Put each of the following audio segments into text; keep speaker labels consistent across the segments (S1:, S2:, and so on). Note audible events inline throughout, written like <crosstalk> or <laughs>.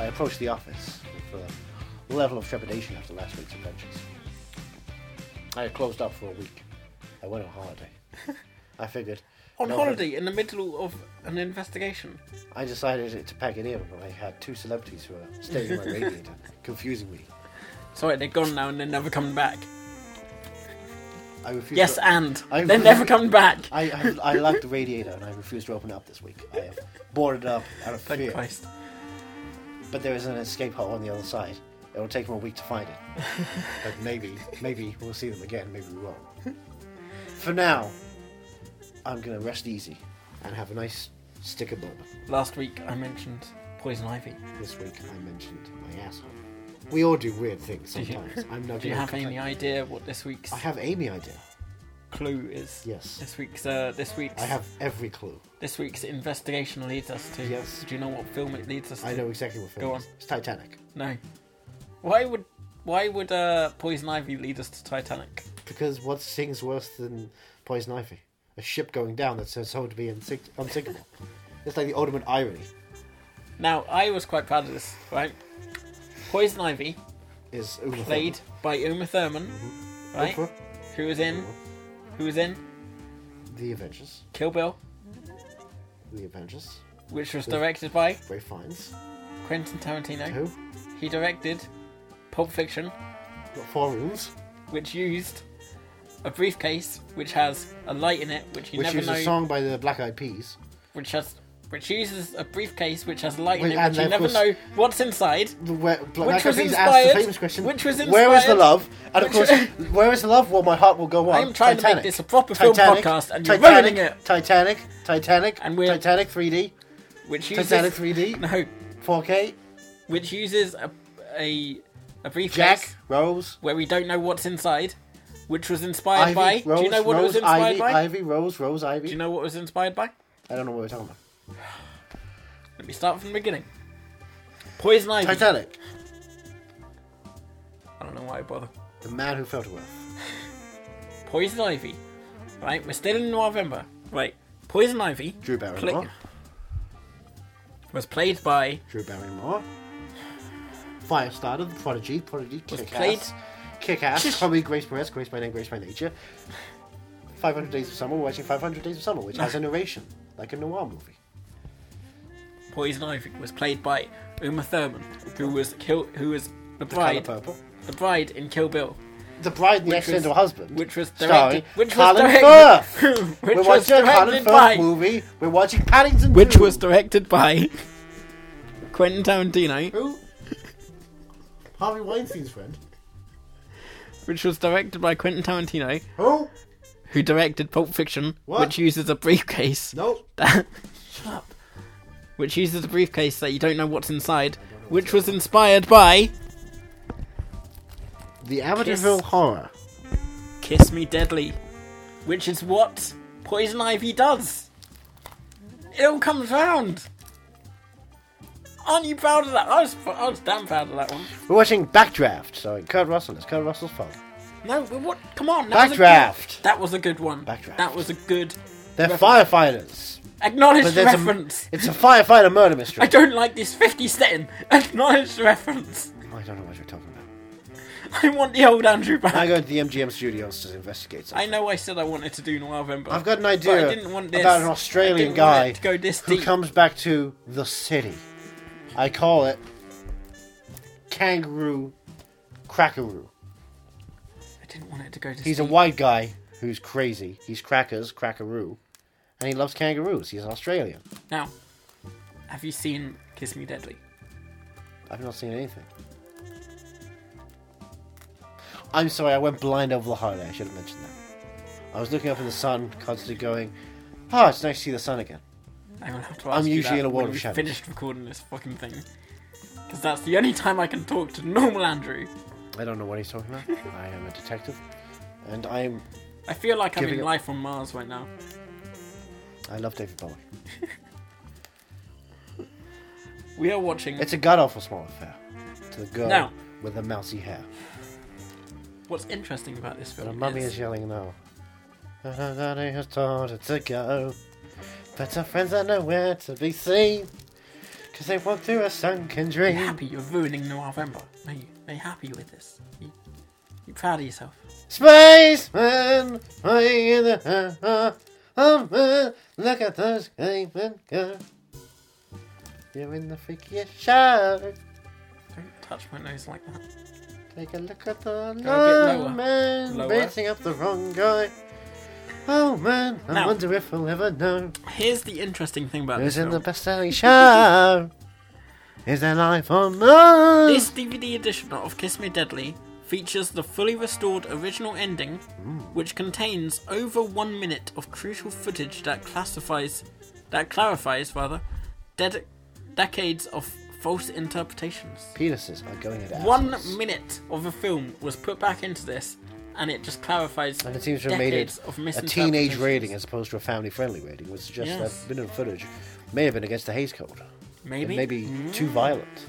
S1: approached the office with a level of trepidation after last week's adventures. I had closed up for a week. I went on
S2: <laughs>
S1: holiday. I figured.
S2: On
S1: no,
S2: holiday in the middle of an investigation.
S1: I decided to pack it in when I had two celebrities who were staying in
S2: <laughs>
S1: my radiator, confusing me.
S2: Sorry, they're gone now and they're never coming back.
S1: I refused
S2: Yes,
S1: to-
S2: and
S1: I-
S2: they're never coming back.
S1: I, I, I like the radiator and I refuse to open it up this week. I have boarded it up out of
S2: Thank
S1: fear.
S2: Christ.
S1: But there is an escape hole on the other side. It will take them a week to find it. <laughs> but maybe, maybe we'll see them again. Maybe we won't. <laughs> For now, I'm going to rest easy and have a nice sticker moment.
S2: Last week I mentioned poison ivy.
S1: This week I mentioned my asshole. We all do weird things
S2: you-
S1: sometimes.
S2: <laughs>
S1: I'm not.
S2: Do you
S1: gonna
S2: have any
S1: complain.
S2: idea what this week's
S1: I have Amy idea.
S2: clue is?
S1: Yes.
S2: This week's uh, this week's
S1: I have every clue.
S2: this week's investigation leads us to.
S1: Yes.
S2: Do you know what film it leads us to?
S1: I know exactly what film.
S2: Go
S1: it is.
S2: on.
S1: It's Titanic.
S2: No. Why would why would uh, poison ivy lead us to Titanic?
S1: Because what sings worse than poison ivy? A ship going down that's supposed to be insink- unsinkable. it's like the ultimate irony.
S2: Now I was quite proud of this, right? Poison ivy
S1: Mm-hmm. Is Uma Thurman.
S2: played by Uma Thurman, right?
S1: Mm-hmm. Oprah,
S2: Who was in? Who was in
S1: The Avengers.
S2: Kill Bill,
S1: The Avengers.
S2: which was directed by
S1: Ray Fiennes.
S2: Quentin Tarantino.
S1: Who?
S2: He directed Pulp Fiction,
S1: Got four rooms.
S2: which used a briefcase which has a light in it, which you
S1: which
S2: never
S1: is
S2: know,
S1: a song by the Black Eyed Peas.
S2: which has which uses a briefcase which has a light
S1: Wait,
S2: in it,
S1: and
S2: which you
S1: of
S2: never
S1: course-
S2: know what's inside.
S1: The- Where,
S2: Which
S1: Black
S2: was
S1: Eyed Peas asked
S2: inspired-
S1: the famous question.
S2: which was
S1: Where is the
S2: inspired-
S1: love? And of
S2: which-
S1: course,
S2: <laughs>
S1: where is the love? Well, my heart will go on.
S2: I'm trying to make
S1: Titanic.
S2: this a proper film podcast and you're
S1: Titanic,
S2: ruining it.
S1: Titanic, Titanic,
S2: And we're-
S1: Titanic 3D,
S2: Which uses
S1: Titanic 3D,
S2: <laughs> no,
S1: 4K,
S2: which uses a a, a briefcase
S1: Jack, Rose,
S2: where we don't know what's inside, which was inspired
S1: Ivy,
S2: by.
S1: Rose,
S2: do you know what
S1: Rose,
S2: it was inspired
S1: Ivy,
S2: by?
S1: Ivy, Rose, Rose, Ivy.
S2: Do you know what it was inspired by?
S1: I don't know what we're talking about.
S2: Let me start from the beginning. Poison Ivy.
S1: Titanic.
S2: I don't know why I bother.
S1: The man who fell to earth.
S2: Poison Ivy. Right, we're still in November. Right, Poison Ivy.
S1: Drew Barrymore.
S2: Click. was played by
S1: Drew Barrymore. Firestarter, the Prodigy, Prodigy,
S2: Was
S1: Kick
S2: played-
S1: Ass. Kick Ass, Comedy, Grace Perez, Grace by Name, Grace by Nature. 500 Days of Summer, we're watching 500 Days of Summer, which has a narration, like a noir movie.
S2: Poison Ivy was played by Uma Thurman, who was kill who was the
S1: The Colour
S2: bride
S1: Purple.
S2: the bride in Kill Bill,
S1: The Bride and the Accidental
S2: was-
S1: Husband.
S2: which was
S1: starring
S2: directed which
S1: Colin
S2: was
S1: Firth.
S2: directed <laughs> which
S1: we're
S2: was
S1: watching a Colin Firth
S2: directed by
S1: movie. We're watching Paddington
S2: which
S1: 2.
S2: was directed by <laughs> Quentin Tarantino,
S1: Who? Harvey Weinstein's friend.
S2: which was directed by Quentin Tarantino,
S1: Who?
S2: who directed Pulp Fiction,
S1: What?
S2: which uses a briefcase.
S1: Nope.
S2: <laughs> Shut up. Which uses a briefcase that you don't know what's inside, which was inspired by
S1: The Amityville
S2: Kiss.
S1: Horror.
S2: Kiss Me Deadly, which is what Poison Ivy does. It all comes round. Aren't you proud of that? I was, I was damn proud of that one.
S1: We're watching Backdraft, starring Kurt Russell. It's Kurt Russell's fault.
S2: No, but what? Come on, that Was a
S1: Backdraft.
S2: good, that was a good one.
S1: Backdraft.
S2: That was a good
S1: They're firefighters.
S2: acknowledged
S1: But there's
S2: reference.
S1: a. It's a firefighter murder mystery.
S2: I don't like this 50 setting. <laughs> Acknowledged reference.
S1: I don't know what you're talking about.
S2: <laughs> I want the old Andrew back.
S1: I
S2: I,
S1: go to the MGM studios to investigate something.
S2: know I said I wanted to do November.
S1: I've got an
S2: but
S1: idea
S2: I didn't want this.
S1: about an
S2: I
S1: Australian
S2: didn't want
S1: guy
S2: it to go this
S1: who
S2: deep.
S1: comes back to the city. I call it Kangaroo Crackaroo.
S2: I didn't want it to go this
S1: He's a
S2: deep.
S1: white guy who's crazy. He's crackers, crackaroo, and he loves kangaroos. He's Australian.
S2: Now, have you seen Kiss Me Deadly?
S1: I've not seen anything. I'm sorry, I went blind over the holiday. I should have mentioned that. I was looking up at the sun, constantly going, "Ah, it's nice to see the sun again."
S2: I'm gonna have to ask you
S1: usually
S2: that
S1: in a world
S2: when
S1: of
S2: we've
S1: shadows.
S2: finished recording this fucking thing. Because that's the only time I can talk to normal Andrew.
S1: I don't know what he's talking about. I am a detective, and I'm.
S2: I feel like I'm
S1: Giving
S2: in
S1: up.
S2: life on Mars right now.
S1: I love David Bowie.
S2: Hmm. We are watching.
S1: It's a god awful small affair to the girl
S2: Now-
S1: with the mousy hair.
S2: What's interesting about this
S1: The
S2: film
S1: mummy
S2: is
S1: is yelling now. Everybody has told her to go. Better friends are nowhere to be seen. Because they want through a sunken
S2: Are you
S1: dream.
S2: happy you're ruining Noir Vampire? Are you, are you happy with this? You, you proud of yourself?
S1: Spaceman, flying in the air. Um, uh, look at those cavemen go. You're in the freakiest show.
S2: Don't touch my nose like that.
S1: Take a look at the
S2: lower.
S1: low man
S2: Lower.
S1: beating up the wrong guy. Oh man, I
S2: Now.
S1: wonder if we'll ever know
S2: Here's the interesting thing about
S1: who's
S2: this
S1: in the
S2: film.
S1: best selling
S2: <laughs>
S1: show. Is there life on Earth?
S2: This DVD edition of Kiss Me Deadly features the fully restored original ending, which contains over one minute of crucial footage that classifies, that clarifies rather, ded- decades of false interpretations.
S1: Penises are going at
S2: One
S1: assholes.
S2: minute of a film was put back into this, and it just clarifies
S1: And it seems to have made
S2: decades
S1: it
S2: of
S1: a teenage
S2: misinterpretations.
S1: rating as opposed to a family friendly rating, which suggests
S2: Yes.
S1: that bit of footage may have been against the Hays Code.
S2: Maybe. Mm.
S1: And maybe too violent.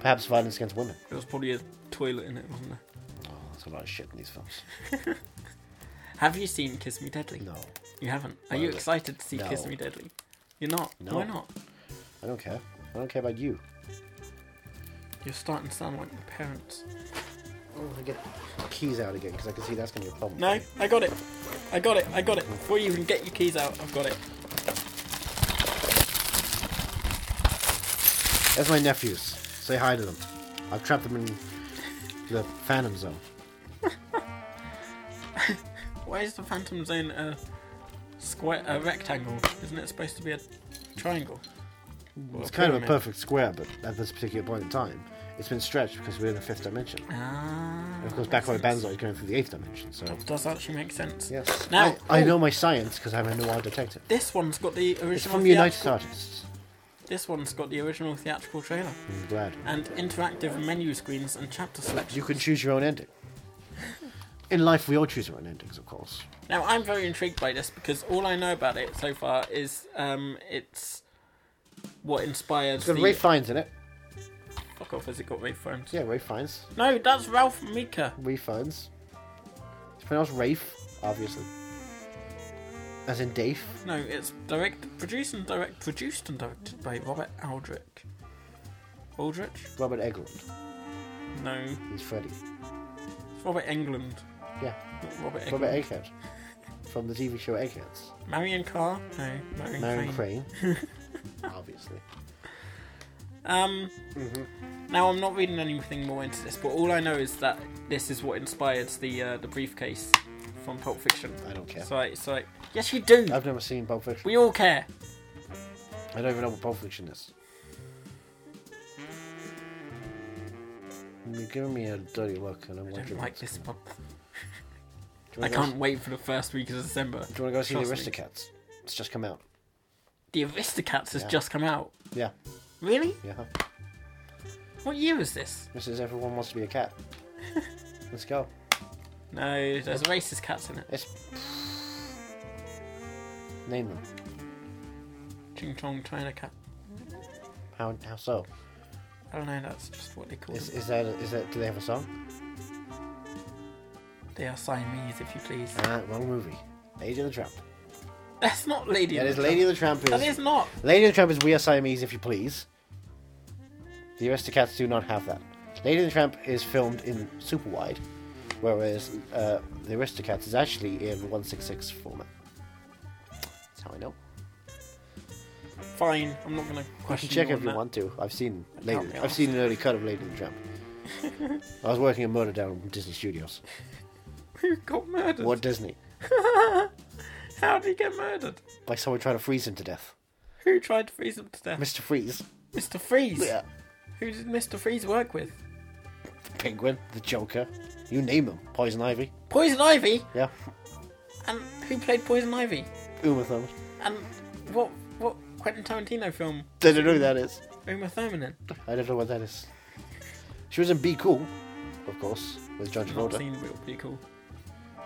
S1: Perhaps violence against women.
S2: There was probably a toilet in it, wasn't there?
S1: Oh, that's a lot of shit in these films.
S2: Have you seen Kiss Me Deadly?
S1: No,
S2: You haven't. Are
S1: Well,
S2: you excited to see
S1: no.
S2: Kiss Me Deadly? You're not.
S1: No.
S2: Why not?
S1: I don't care. I don't care about you.
S2: You're starting to sound like your parents.
S1: Oh, I get the keys out again because I can see that's going to be a problem.
S2: No, I got it. I got it. I got it. Before you even get your keys out, I've got it.
S1: That's my nephews. Say hi to them. I've trapped them in the Phantom Zone.
S2: Why is the Phantom Zone a square, a rectangle? Isn't it supposed to be a triangle? Or
S1: It's kind of a
S2: pyramid?
S1: perfect square, but at this particular point in time, it's been stretched because we're in the fifth dimension.
S2: Ah.
S1: And of course, Backroy Banzai is going through the eighth dimension, so.
S2: That does actually make sense.
S1: Yes.
S2: Now,
S1: I, I
S2: oh,
S1: know my science because I'm a noir detective.
S2: This one's got the original.
S1: It's from
S2: theatrical-
S1: United Artists.
S2: This one's got the original theatrical trailer
S1: I'm glad.
S2: and interactive menu screens and chapter selection.
S1: You can choose your own ending. In life, we all choose our own endings, of course.
S2: Now I'm very intrigued by this because all I know about it so far is um, it's what inspired.
S1: It's got
S2: the...
S1: Ray Fiennes in it.
S2: Fuck off! Has it got Ray Fiennes?
S1: Yeah, Ray Fiennes.
S2: No, that's Ralph Mika.
S1: Ray Fiennes. It's pronounced Rafe, obviously. As in Dave.
S2: No, it's direct, produced and direct, produced and directed by Robert Aldrich. Aldrich?
S1: Robert Eglund.
S2: No,
S1: He's Freddy.
S2: it's Robert England.
S1: Yeah,
S2: Not Robert. England.
S1: Robert Egghead. From the TV show Eggheads.
S2: Marion Carr? No, Marion,
S1: Marion
S2: Crane.
S1: Crane.
S2: <laughs>
S1: obviously.
S2: Um, Now, I'm not reading anything more into this, but all I know is that this is what inspired the uh, the briefcase from Pulp Fiction.
S1: I don't care.
S2: So, I, so I, yes, you do.
S1: I've never seen Pulp Fiction.
S2: we all care.
S1: I don't even know what Pulp Fiction is. You're giving me a dirty look, and I'm
S2: I don't
S1: wondering
S2: like
S1: what's
S2: this
S1: going
S2: month.
S1: on. Do you
S2: I
S1: wanna go-
S2: can't wait for the first week of December.
S1: Do you want to go see
S2: Trust
S1: the
S2: me.
S1: Aristocats? It's just come out.
S2: The Aristocats has
S1: Yeah.
S2: just come out.
S1: Yeah,
S2: Really?
S1: yeah.
S2: What year is this?
S1: This is everyone wants to be a
S2: <laughs>
S1: cat. Let's go.
S2: No, there's racist cats in it.
S1: It's name them.
S2: Ching Chong China Cat.
S1: How how so?
S2: I don't know. That's just what they call
S1: Is
S2: them.
S1: is that is that do they have a song?
S2: They are Siamese, if you please.
S1: Ah, wrong movie. Lady of the Tramp.
S2: That's not Lady.
S1: That
S2: and
S1: is
S2: the
S1: Lady of the Tramp
S2: Tramp. That
S1: is
S2: is not.
S1: Lady of the Tramp is We Are Siamese, if you please. The Aristocats do not have that. Lady of the Tramp is filmed in super wide, whereas uh, the Aristocats is actually in 166 format. That's how I know.
S2: Fine. I'm not gonna
S1: You
S2: question.
S1: can check
S2: you
S1: if
S2: on
S1: you
S2: that.
S1: want to. I've seen
S2: Help
S1: Lady,
S2: me
S1: I've
S2: out.
S1: seen an early cut of Lady and the Tramp. I was working a murder down at Disney Studios.
S2: Who got murdered? <laughs>
S1: What Disney?
S2: How did he get murdered?
S1: By someone trying to freeze him to death.
S2: Who tried to freeze him to death?
S1: Mr. Freeze.
S2: Mr. Freeze.
S1: Yeah.
S2: Who did Mr. Freeze work with?
S1: The Penguin. The Joker. You name him. Poison Ivy.
S2: Poison Ivy.
S1: Yeah.
S2: And who played Poison Ivy?
S1: Uma Thurman.
S2: And Um, what what Quentin Tarantino film
S1: Don't know who that is.
S2: Uma Thurman in?
S1: I don't know what that is. She was in Be Cool, of course, with John
S2: Not
S1: Travolta.
S2: seen it would be cool.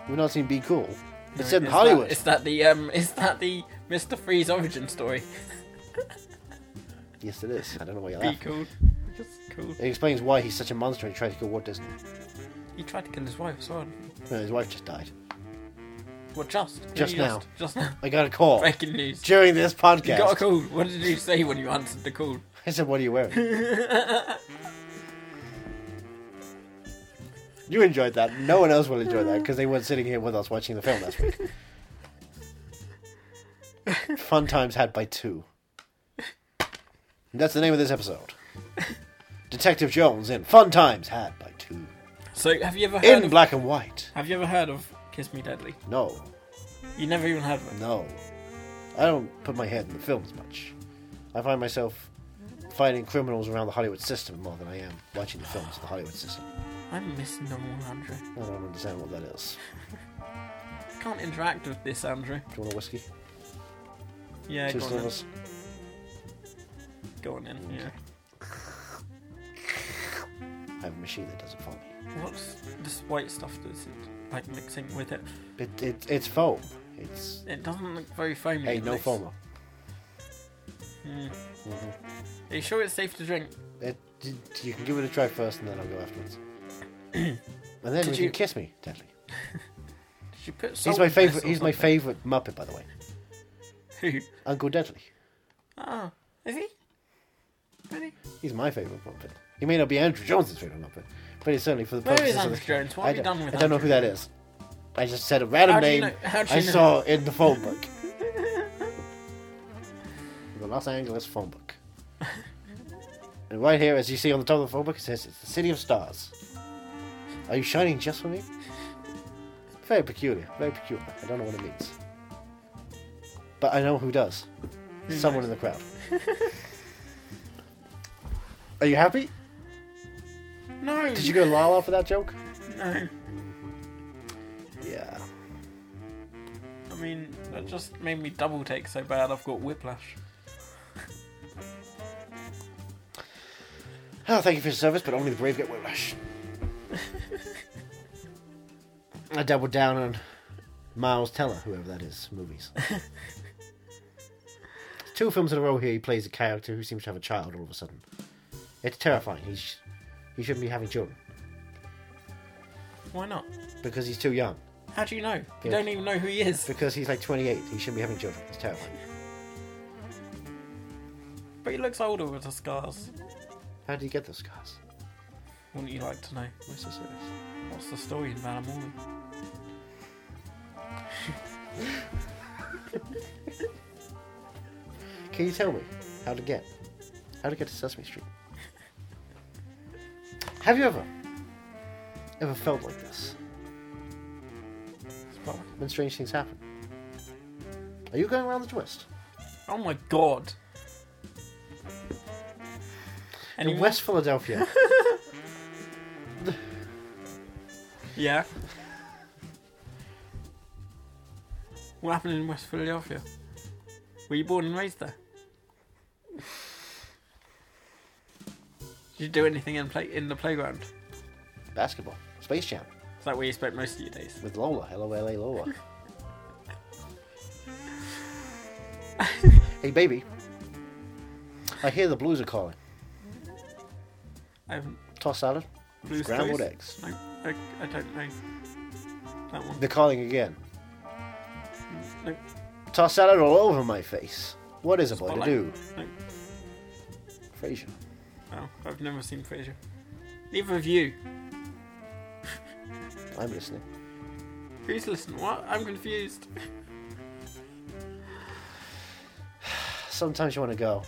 S1: You've not seen Be Cool.
S2: No,
S1: It's set in
S2: is
S1: Hollywood.
S2: That, is that the um? Is that the Mr. Freeze origin story?
S1: Yes, it is. I don't know why you're
S2: Be
S1: laughing.
S2: cool. Just cool.
S1: It explains why he's such a monster and he tried to kill Walt Disney.
S2: He tried to kill his wife as well. didn't he?
S1: No, his wife just died.
S2: Well, just
S1: Just
S2: Yeah,
S1: now.
S2: Just now.
S1: I got a call
S2: <laughs> Breaking news.
S1: during this podcast.
S2: You got a call. What did you say when you answered the call?
S1: I said, "What are you wearing?" <laughs> you enjoyed that. No one else will enjoy that because they weren't sitting here with us watching the film last <laughs> week. Fun times had by two. And that's the name of this episode. Detective Jones in Fun Times Had by Two.
S2: So have you ever heard
S1: In
S2: of,
S1: black and white.
S2: Have you ever heard of Kiss Me Deadly?
S1: No,
S2: You never even heard of it.
S1: no. I don't put my head in the films much. I find myself fighting criminals around the Hollywood system more than I am watching the films of the Hollywood system.
S2: I'm missing the one, Andrew.
S1: I don't understand what that is.
S2: Can't interact with this, Andrew.
S1: Do you want a whiskey?
S2: Yeah,
S1: Two
S2: go on, in.
S1: slivers.
S2: go on in. Yeah.
S1: I have a machine that does it for me.
S2: What's this white stuff that's like mixing with it?
S1: It, it, it's foam. It's
S2: It doesn't look very foamy.
S1: hey,
S2: it
S1: no
S2: looks-
S1: FOMO.
S2: Hmm.
S1: Mhm.
S2: Are you sure it's safe to drink?
S1: It, d- you can give it a try first, and then I'll go
S2: <clears throat>
S1: afterwards. and then you
S2: Did
S1: can
S2: you- Oh,
S1: kiss me, Deadly.
S2: Did you put salt
S1: He's my
S2: in this
S1: favorite.
S2: or
S1: He's my
S2: something?
S1: favorite Muppet, by the way.
S2: Who?
S1: Uncle Deadly.
S2: Ah, is he? Really?
S1: He's my favourite Muppet. He may not be Andrew Jones's favourite Muppet, but he's certainly for the
S2: Where
S1: purposes
S2: is
S1: of
S2: Andrew
S1: this-
S2: Jones? What
S1: I
S2: have you
S1: don't-
S2: done with
S1: I don't know
S2: Andrew
S1: who that is. I just said a random
S2: How do you
S1: name
S2: know- how do
S1: I
S2: you know?
S1: saw in the phone
S2: <laughs>
S1: book. the Los Angeles phone book. and right here, as you see on the top of the phone book, it says it's the City of Stars. Are you shining just for me? Very peculiar, very peculiar. I don't know what it means. But I know who does. Someone in the crowd. Are you happy?
S2: No.
S1: Did you go la la for that
S2: <laughs>
S1: joke?
S2: No.
S1: Yeah.
S2: I mean, that just made me double take so bad. I've got whiplash.
S1: Oh, thank you for your service, but only the brave get whiplash. I doubled down on Miles Teller, whoever that is, movies. Two films in a row here, he plays a character who seems to have a child all of a sudden. It's terrifying. He's, he shouldn't be having children
S2: Why not?
S1: because he's too young.
S2: How do you know? You
S1: Yeah.
S2: don't even know who he is.
S1: Because he's like 28, he shouldn't be having children. It's terrifying.
S2: But he looks older with the scars.
S1: How did he get those scars?
S2: Wouldn't you like to know?
S1: Why so serious?
S2: What's the story in Valamori?
S1: Can you tell me how to get how to get to Sesame Street? Have you ever ever felt like this?
S2: It's probably-
S1: When strange things happen? Are you going around the twist?
S2: Oh my god. And
S1: In West Philadelphia,
S2: Yeah. What happened in West Philadelphia? Were you born and raised there? Did you do anything in play in the playground?
S1: basketball, Space Jam
S2: Is that where you spent most of your days?
S1: with Lola, L O L A Lola. hey baby, I hear the blues are calling.
S2: I haven't.
S1: Toss salad,
S2: Blues
S1: scrambled
S2: Clues?
S1: eggs.
S2: No, I, I don't know. That one.
S1: They're calling again.
S2: No,
S1: Toss salad all over my face. What is a boy to
S2: Spotlight.
S1: do?
S2: no.
S1: Frasier.
S2: Oh, I've never seen Frasier. Neither of you.
S1: I'm listening.
S2: Who's listening? What? I'm confused.
S1: Sometimes you want to go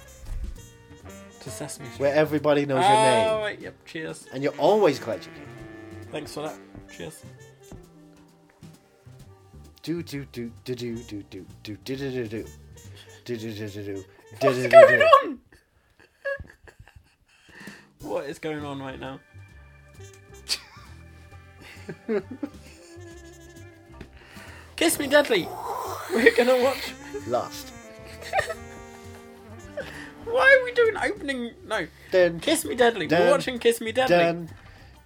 S2: to Sesame Street.
S1: where everybody knows your
S2: oh,
S1: name,
S2: wait, yep. Cheers.
S1: and you're always glad you came.
S2: Thanks for that. Cheers.
S1: Do do do do do do do do do do do do do do do do do.
S2: What's going on? what is going on
S1: <laughs>
S2: right now? Kiss Me Deadly! We're gonna watch.
S1: Last.
S2: Why are we doing opening? No.
S1: Then
S2: Kiss Me Deadly.
S1: Dun,
S2: We're watching Kiss Me Deadly.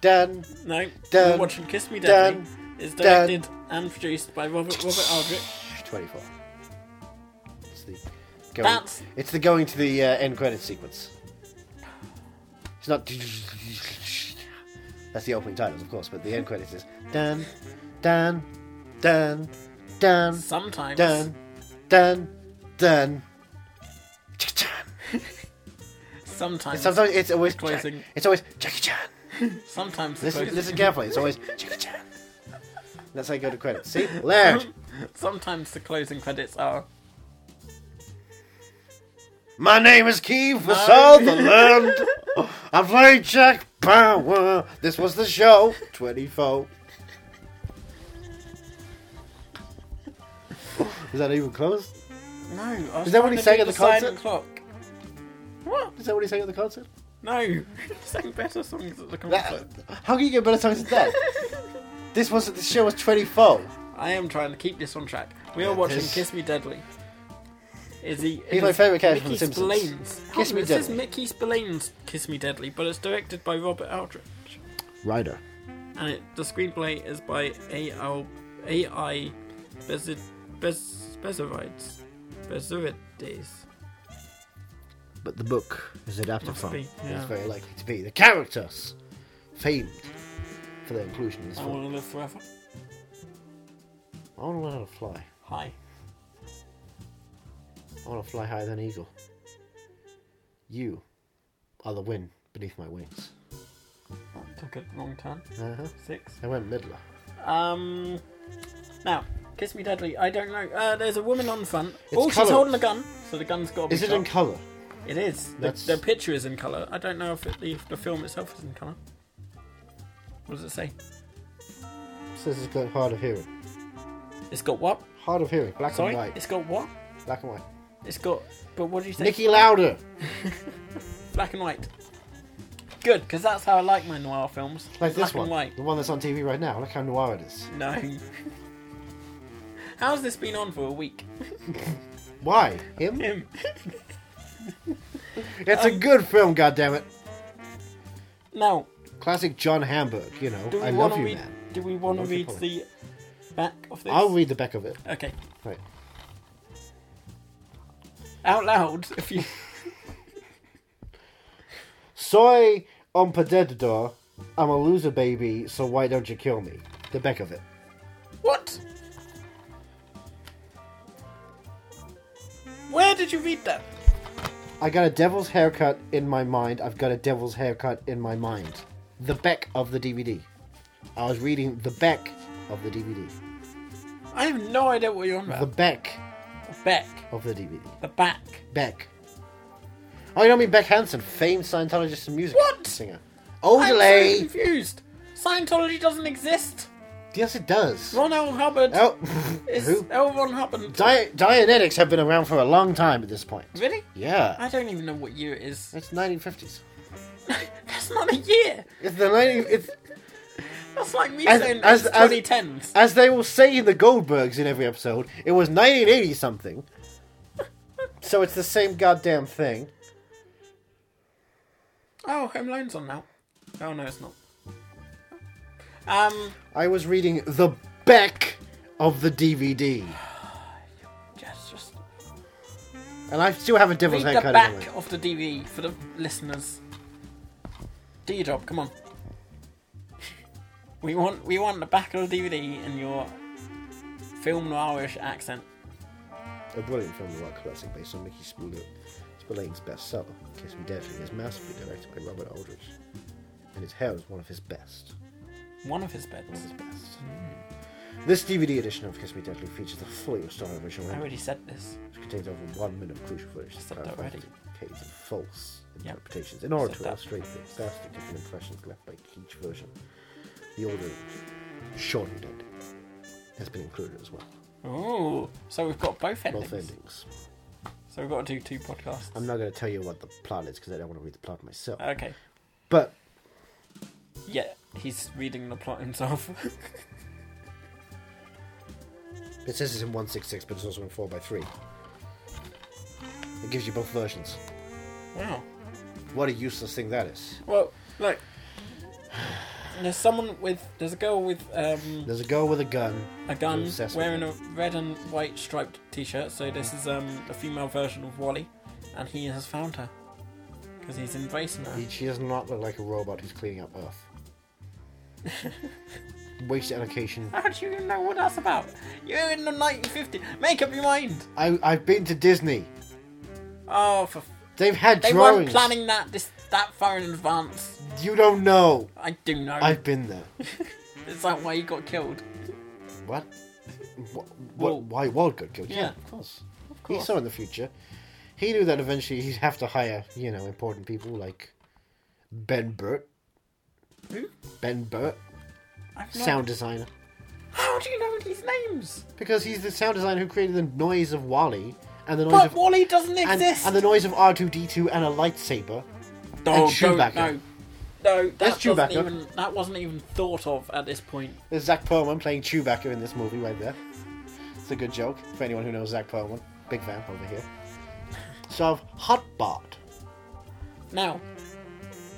S1: Dan Dan
S2: no. We're
S1: dun,
S2: watching Kiss Me Deadly.
S1: dun,
S2: it's
S1: dun.
S2: directed and produced by Robert Robert Aldrich.
S1: twenty four. It's the going.
S2: That's-
S1: It's the going to the uh, end credit sequence. It's not. That's the opening titles, of course, but the end credits is Dan Dan Dan Dan.
S2: Sometimes.
S1: Dun, dun, dun. Cha-chan.
S2: Sometimes.
S1: Sometimes it's always
S2: Closing.
S1: Jack, it's always Jackie Chan.
S2: Sometimes.
S1: Listen,
S2: closing-
S1: listen carefully. It's always Jackie Chan. That's how you go to credits. See, learned.
S2: <laughs> Sometimes the closing credits are.
S1: My name is Keith Sutherland. I play Jack Power. This was the show. 24. Is that even close?
S2: No. I was
S1: Is that what
S2: trying
S1: he
S2: to
S1: sang
S2: do
S1: at the
S2: silent
S1: concert?
S2: Clock. What?
S1: Is that what he sang at the concert?
S2: <laughs> No. He sang better songs at the
S1: That,
S2: concert.
S1: how can you get better songs than that? this was the show was 24.
S2: I am trying to keep this on track. We are
S1: Yeah,
S2: watching
S1: this-
S2: Kiss Me Deadly. Is he?
S1: He's
S2: it
S1: my
S2: is
S1: favourite character from
S2: Mickey
S1: The Simpsons.
S2: Spillane's-
S1: Kiss
S2: Oh,
S1: Me
S2: this is
S1: Deadly.
S2: Mickey Spillane's Kiss Me Deadly, but it's directed by Robert Aldrich,
S1: Ryder.
S2: and it, the screenplay is by A. L. A. I. Bezid Bez Bezirides Bezirides.
S1: But the book is adapted
S2: Must
S1: from.
S2: be, yeah.
S1: It's very likely to be. The characters famed for their inclusion in this
S2: I
S1: film.
S2: want to live forever.
S1: I want to learn how to fly.
S2: Hi.
S1: I want to fly higher than an eagle. You are the wind beneath my wings.
S2: Took a wrong turn.
S1: Uh-huh.
S2: Six.
S1: I went middler.
S2: Um. Now, Kiss Me Deadly. I don't know. Uh, there's a woman on front. oh, she's
S1: coloured.
S2: holding a gun, so the gun's got to be
S1: Is it
S2: shot.
S1: in colour?
S2: It is. The,
S1: That's-
S2: the picture is in colour. I don't know if, it, if the film itself is in colour. What does it say?
S1: Says it's got hard of hearing.
S2: It's got what?
S1: Hard of hearing. Black
S2: Sorry?
S1: and white.
S2: It's got what?
S1: Black and white.
S2: It's got. But what do you say?
S1: Nicky Louder.
S2: Black and white. Good, because that's how I like my noir films.
S1: Like
S2: Black
S1: this one.
S2: and white.
S1: The one that's on TV right now. Look how noir it is.
S2: No. <laughs> How's this been on for a week? <laughs>
S1: Why? Him?
S2: Him.
S1: It's a good film, goddammit.
S2: Now,
S1: Classic John Hamburg, you know.
S2: do we
S1: I
S2: want
S1: love
S2: to
S1: you,
S2: read?
S1: man.
S2: Do we want to
S1: What's the
S2: read
S1: point?
S2: the back of this?
S1: I'll read the back of it.
S2: Okay.
S1: Right.
S2: Out loud, if you.
S1: Soy un perdedor. I'm a loser, baby, so why don't you kill me? The back of it.
S2: What? Where did you read that?
S1: I got a devil's haircut in my mind. I've got a devil's haircut in my mind. The back of the DVD. I was reading the back of the DVD.
S2: I have no idea what you're on
S1: The
S2: about.
S1: back
S2: The back.
S1: of the DVD.
S2: The back.
S1: Beck. Oh, you don't mean Beck Hansen, famed Scientologist and music
S2: What?
S1: singer.
S2: I'm so
S1: Odelay!
S2: confused. Scientology doesn't exist.
S1: Yes, it does.
S2: Ron L. Hubbard
S1: Oh, <laughs>
S2: is
S1: who?
S2: L. Ron Hubbard.
S1: Di- Dianetics have been around for a long time at this point.
S2: really?
S1: Yeah.
S2: I don't even know what year it is.
S1: It's 1950s.
S2: That's not a year.
S1: It's the 19, it's,
S2: That's like me
S1: As-
S2: saying
S1: as-
S2: it's
S1: as-
S2: 2010s.
S1: as they will say in the Goldbergs in every episode, it was 1980
S2: <laughs>
S1: something. so it's the same goddamn thing.
S2: oh, Home Loan's on now. Oh no, it's not. Um,
S1: I was reading the back of the DVD,
S2: just just
S1: and I still have a devil's
S2: Read
S1: haircut
S2: the
S1: in my
S2: back of the DVD for the listeners. Do your job, come on. We want we want the back of the DVD in your film noirish accent.
S1: A brilliant film of art classic based on Mickey Spillane, Spillane's bestseller, Kiss Me Deadly, is masterfully directed by Robert Aldrich. And his hair is one of his best.
S2: One of his
S1: One of
S2: beds.
S1: his best. This DVD edition of Kiss Me Deadly features the fully restored original
S2: Hmm. I
S1: ending,
S2: already said this.
S1: which contains over one minute of crucial footage
S2: I
S1: that
S2: said that
S1: clarifies
S2: already.
S1: the case of false
S2: Yeah.
S1: interpretations in order
S2: said
S1: to
S2: that.
S1: illustrate the vastly different impressions left by each version. The older, shortened ending has been included as well.
S2: Ooh, so we've got both endings.
S1: Both endings.
S2: So we've got to do two podcasts.
S1: I'm not going to tell you what the plot is because I don't want to read the plot myself.
S2: Okay.
S1: But
S2: Yeah, he's reading the plot himself. <laughs>
S1: It says it's in 166, but it's also in 4x3. It gives you both versions.
S2: wow.
S1: What a useless thing that is.
S2: Well, look. There's someone with there's a girl with um
S1: There's a girl with a gun.
S2: a gun,
S1: Obsessed with
S2: wearing a
S1: guns.
S2: red and white striped t-shirt. So this is um, a female version of Wally, and he has found her because he's embracing her.
S1: He- She does not look like a robot who's cleaning up Earth.
S2: <laughs>
S1: Wasted allocation.
S2: How do you know what that's about? You're in the 1950s. Make up your mind.
S1: I, I've been to Disney.
S2: Oh, for
S1: They've had
S2: They
S1: drawings.
S2: weren't planning that this that far in advance.
S1: You don't know.
S2: I do know.
S1: I've been there.
S2: Is that why you got killed?
S1: What? What?
S2: Well-
S1: what why Wald got killed? Yeah,
S2: Yeah.
S1: of, course.
S2: course.
S1: He saw in the future. He knew that eventually he'd have to hire, you know, important people like Ben Burt.
S2: Who?
S1: Ben Burt,
S2: I've not-
S1: sound designer.
S2: How do you know these names?
S1: Because he's the sound designer who created the noise of Wally and the noise
S2: But
S1: of
S2: Wally doesn't
S1: and,
S2: exist.
S1: and the noise of R two D two and a lightsaber.
S2: oh,
S1: and
S2: don't-
S1: Chewbacca.
S2: No, no, that
S1: That's
S2: doesn't
S1: Chewbacca.
S2: even that wasn't even thought of at this point.
S1: There's Zach Perlman playing Chewbacca in this movie right there. It's a good joke for anyone who knows Zach Perlman. Big fan over here. So Hotbot
S2: Now,